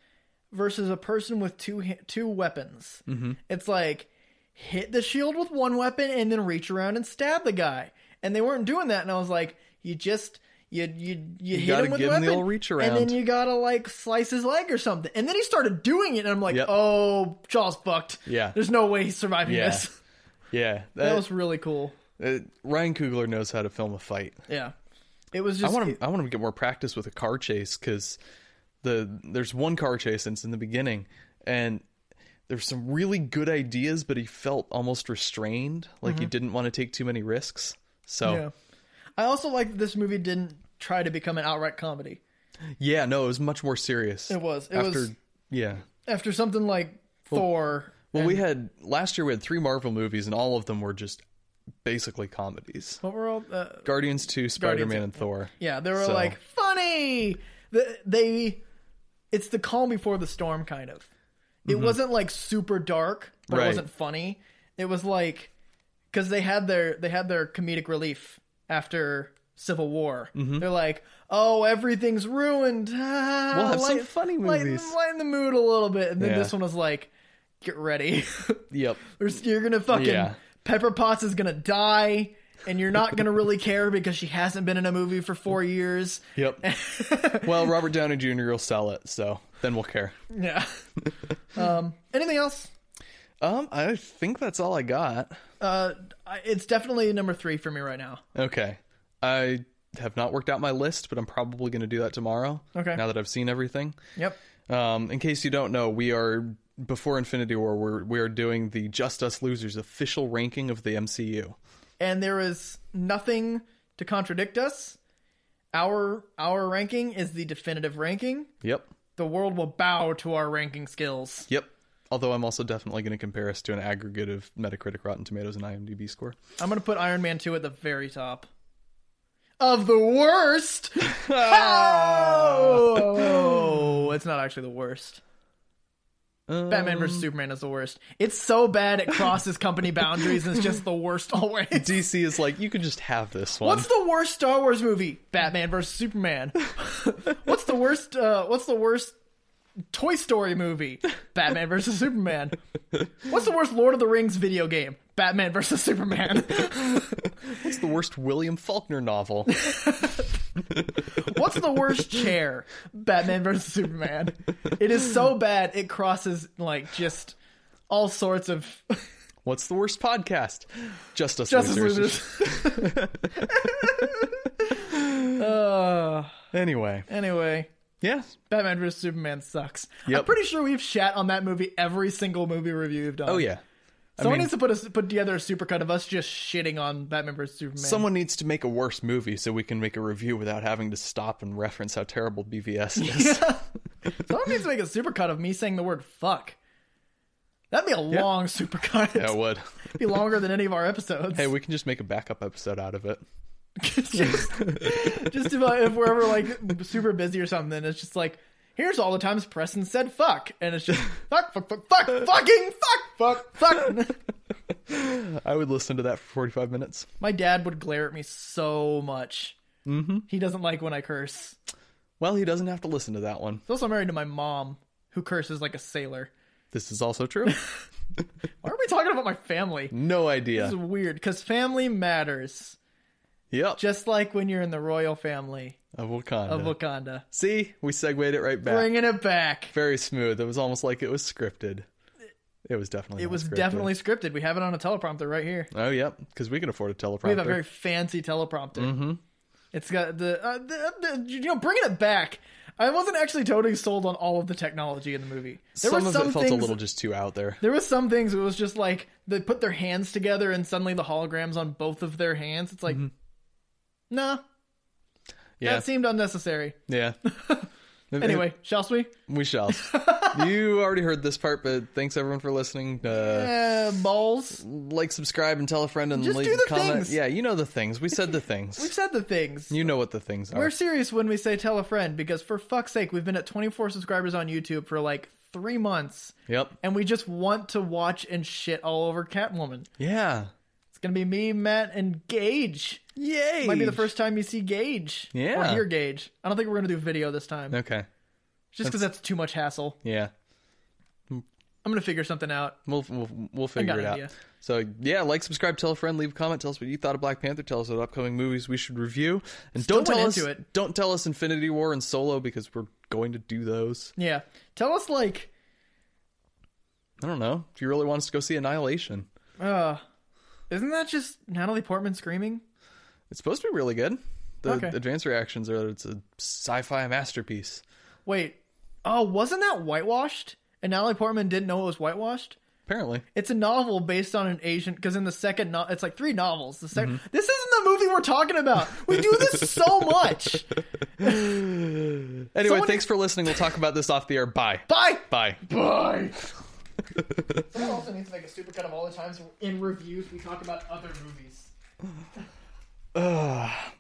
[SPEAKER 1] versus a person with two ha- two weapons. Mm-hmm. It's like hit the shield with one weapon and then reach around and stab the guy. And they weren't doing that, and I was like, you just you you you, hit
[SPEAKER 2] gotta
[SPEAKER 1] him with
[SPEAKER 2] give
[SPEAKER 1] a
[SPEAKER 2] him the
[SPEAKER 1] weapon,
[SPEAKER 2] old reach
[SPEAKER 1] and then
[SPEAKER 2] around.
[SPEAKER 1] you gotta like slice his leg or something. And then he started doing it, and I'm like,
[SPEAKER 2] Yep.
[SPEAKER 1] oh, Jaw's fucked.
[SPEAKER 2] Yeah.
[SPEAKER 1] there's no way he's surviving
[SPEAKER 2] Yeah.
[SPEAKER 1] this.
[SPEAKER 2] yeah.
[SPEAKER 1] That
[SPEAKER 2] That,
[SPEAKER 1] was really cool.
[SPEAKER 2] uh, Ryan Coogler knows how to film a fight.
[SPEAKER 1] Yeah, it was just
[SPEAKER 2] I want him. I want him to get more practice with a car chase because the there's one car chase and it's in the beginning, and there's some really good ideas, but he felt almost restrained, like he didn't want to take too many risks. So.
[SPEAKER 1] Mm-hmm. Yeah. I also like that this movie didn't try to become an outright comedy.
[SPEAKER 2] Yeah, no, it was much more serious.
[SPEAKER 1] It was. It
[SPEAKER 2] after,
[SPEAKER 1] was
[SPEAKER 2] yeah.
[SPEAKER 1] after something like Thor.
[SPEAKER 2] Well, we had last year we had three Marvel movies, and all of them were just basically comedies:
[SPEAKER 1] What were all? Uh,
[SPEAKER 2] Guardians Two, Spider Man, and Thor.
[SPEAKER 1] yeah, they were
[SPEAKER 2] So-
[SPEAKER 1] like funny. The- They, it's the calm before the storm kind of. It wasn't like super dark, but
[SPEAKER 2] Mm-hmm. Right.
[SPEAKER 1] it wasn't funny. It was like because they had their they had their comedic relief after Civil War.
[SPEAKER 2] Mm-hmm.
[SPEAKER 1] They're like, oh, everything's ruined. we'll have
[SPEAKER 2] have some funny movies.
[SPEAKER 1] Lighten, lighten the mood a little bit, and then
[SPEAKER 2] Yeah.
[SPEAKER 1] this one was like, get ready.
[SPEAKER 2] Yep.
[SPEAKER 1] There's- You're gonna fucking
[SPEAKER 2] Yeah.
[SPEAKER 1] Pepper Potts is gonna die, and you're not gonna really care because she hasn't been in a movie for four years.
[SPEAKER 2] Yep. well, Robert Downey Jr. will sell it, so then we'll care.
[SPEAKER 1] Yeah. um. Anything else?
[SPEAKER 2] Um, I think that's all I got.
[SPEAKER 1] Uh, I- it's definitely number three for me right now.
[SPEAKER 2] Okay. I have not worked out my list, but I'm probably going to do that tomorrow.
[SPEAKER 1] Okay.
[SPEAKER 2] Now that I've seen everything.
[SPEAKER 1] Yep.
[SPEAKER 2] Um, in case you don't know, we are before Infinity War. We're we are doing the Just Us Losers official ranking of the MCU.
[SPEAKER 1] And there is nothing to contradict us. Our our ranking is the definitive ranking.
[SPEAKER 2] Yep,
[SPEAKER 1] The world will bow to our ranking skills.
[SPEAKER 2] yep. Although I'm also definitely going to compare us to an aggregate of Metacritic, Rotten Tomatoes, and IMDb score.
[SPEAKER 1] I'm gonna put Iron Man two at the very top. Of the worst. oh, it's not actually the worst. Batman
[SPEAKER 2] Um,
[SPEAKER 1] vs Superman is the worst. It's so bad it crosses company boundaries and it's just the worst always.
[SPEAKER 2] DC is like you could just have this one.
[SPEAKER 1] What's the worst Star Wars movie? Batman vs Superman. what's the worst? Uh, what's the worst Toy Story movie? Batman vs Superman. What's the worst Lord of the Rings video game? Batman vs Superman.
[SPEAKER 2] What's the worst William Faulkner novel?
[SPEAKER 1] What's the worst chair? Batman versus Superman. It is so bad it crosses like just all sorts of
[SPEAKER 2] What's the worst podcast? Just Us
[SPEAKER 1] justice
[SPEAKER 2] Losers.
[SPEAKER 1] losers. uh,
[SPEAKER 2] Anyway,
[SPEAKER 1] anyway,
[SPEAKER 2] yeah,
[SPEAKER 1] Batman versus Superman sucks. I'm
[SPEAKER 2] Yep.
[SPEAKER 1] pretty sure we've shat on that movie every single movie review we've done.
[SPEAKER 2] oh yeah.
[SPEAKER 1] someone
[SPEAKER 2] mean-
[SPEAKER 1] needs to put us put together a supercut of us just shitting on Batman versus Superman.
[SPEAKER 2] Someone needs to make a worse movie so we can make a review without having to stop and reference how terrible BVS is.
[SPEAKER 1] Someone needs to make a supercut of me saying the word fuck. That'd be a long supercut.
[SPEAKER 2] Yeah, I would.
[SPEAKER 1] be longer than any of our episodes.
[SPEAKER 2] Hey, we can just make a backup episode out of it.
[SPEAKER 1] just, just about if we're ever like super busy or something, it's just like, here's all the times Preston said fuck, and it's just fuck, fuck, fuck, fuck, fucking fuck, fuck, fuck.
[SPEAKER 2] I would listen to that for 45 minutes.
[SPEAKER 1] My dad would glare at me so much. Mm-hmm. He doesn't like when I curse.
[SPEAKER 2] Well, he doesn't have to listen to that one.
[SPEAKER 1] He's also married to my mom, who curses like a sailor.
[SPEAKER 2] This is also true.
[SPEAKER 1] Why are we talking about my family?
[SPEAKER 2] No
[SPEAKER 1] This is
[SPEAKER 2] idea.
[SPEAKER 1] weird because family matters,
[SPEAKER 2] Yep.
[SPEAKER 1] just like when you're in the royal family
[SPEAKER 2] Of Wakanda.
[SPEAKER 1] of Wakanda.
[SPEAKER 2] See, we segued it right back.
[SPEAKER 1] Bringing it back.
[SPEAKER 2] Very smooth. It was almost like it was scripted. It was definitely.
[SPEAKER 1] It
[SPEAKER 2] not
[SPEAKER 1] was
[SPEAKER 2] scripted.
[SPEAKER 1] definitely scripted. We have it on a teleprompter right here.
[SPEAKER 2] Oh yep, because we can afford a teleprompter.
[SPEAKER 1] We have a very fancy teleprompter. Mm-hmm. It's got the, uh, the, the you know bringing it back. I wasn't actually totally sold on all of the technology in the movie. There
[SPEAKER 2] some
[SPEAKER 1] were
[SPEAKER 2] of
[SPEAKER 1] some
[SPEAKER 2] it felt
[SPEAKER 1] things,
[SPEAKER 2] a little just too out there.
[SPEAKER 1] There was some things. It was just like they put their hands together and suddenly the holograms on both of their hands. It's like, no,
[SPEAKER 2] Mm-hmm. Yeah,
[SPEAKER 1] that seemed unnecessary.
[SPEAKER 2] yeah.
[SPEAKER 1] Anyway, shall we?
[SPEAKER 2] we shall. you already heard this part, but thanks everyone for listening. Uh,
[SPEAKER 1] Uh, balls.
[SPEAKER 2] like, subscribe, and tell a friend, and
[SPEAKER 1] Just
[SPEAKER 2] leave
[SPEAKER 1] do the
[SPEAKER 2] a comment.
[SPEAKER 1] things.
[SPEAKER 2] Yeah, you know the things. We said the
[SPEAKER 1] We've
[SPEAKER 2] things.
[SPEAKER 1] said the things.
[SPEAKER 2] You know what the things
[SPEAKER 1] We're
[SPEAKER 2] are.
[SPEAKER 1] serious when we say tell a friend because for fuck's sake, we've been at 24 subscribers on YouTube for like three months,
[SPEAKER 2] Yep.
[SPEAKER 1] and we just want to watch and shit all over Catwoman.
[SPEAKER 2] Yeah.
[SPEAKER 1] It's gonna be me, Matt, and Gage.
[SPEAKER 2] Yay.
[SPEAKER 1] Might be the first time you see Gage. Or
[SPEAKER 2] Yeah.
[SPEAKER 1] hear Gage. I don't think we're gonna do video this time,
[SPEAKER 2] Okay.
[SPEAKER 1] just because that's too much hassle.
[SPEAKER 2] Yeah.
[SPEAKER 1] I'm gonna figure something out.
[SPEAKER 2] We'll we'll, we'll figure
[SPEAKER 1] got
[SPEAKER 2] it
[SPEAKER 1] an
[SPEAKER 2] out.
[SPEAKER 1] idea.
[SPEAKER 2] So yeah, like, subscribe, tell a friend, leave a comment, tell us what you thought of Black Panther, tell us what upcoming movies we should review, and
[SPEAKER 1] Still
[SPEAKER 2] don't tell
[SPEAKER 1] went
[SPEAKER 2] us
[SPEAKER 1] into it.
[SPEAKER 2] don't tell us Infinity War and Solo because we're going to do those.
[SPEAKER 1] Yeah, tell us like,
[SPEAKER 2] I don't know if you really want us to go see Annihilation.
[SPEAKER 1] uh, isn't that just Natalie Portman screaming?
[SPEAKER 2] It's supposed to be really good. The
[SPEAKER 1] Okay.
[SPEAKER 2] advanced reactions are that it's a sci-fi masterpiece.
[SPEAKER 1] Wait, oh, wasn't that whitewashed? And Natalie Portman didn't know it was whitewashed.
[SPEAKER 2] Apparently,
[SPEAKER 1] It's a novel based on an Asian. Because in the second, no- it's like three novels. The 2nd this isn't the movie we're talking about. We do this so much.
[SPEAKER 2] anyway,
[SPEAKER 1] Someone-
[SPEAKER 2] thanks for listening. We'll talk about this off the air. Bye.
[SPEAKER 1] Bye.
[SPEAKER 2] Bye.
[SPEAKER 1] Bye. Someone also needs to make a supercut of all the times in reviews we talk about other movies.
[SPEAKER 2] Ugh.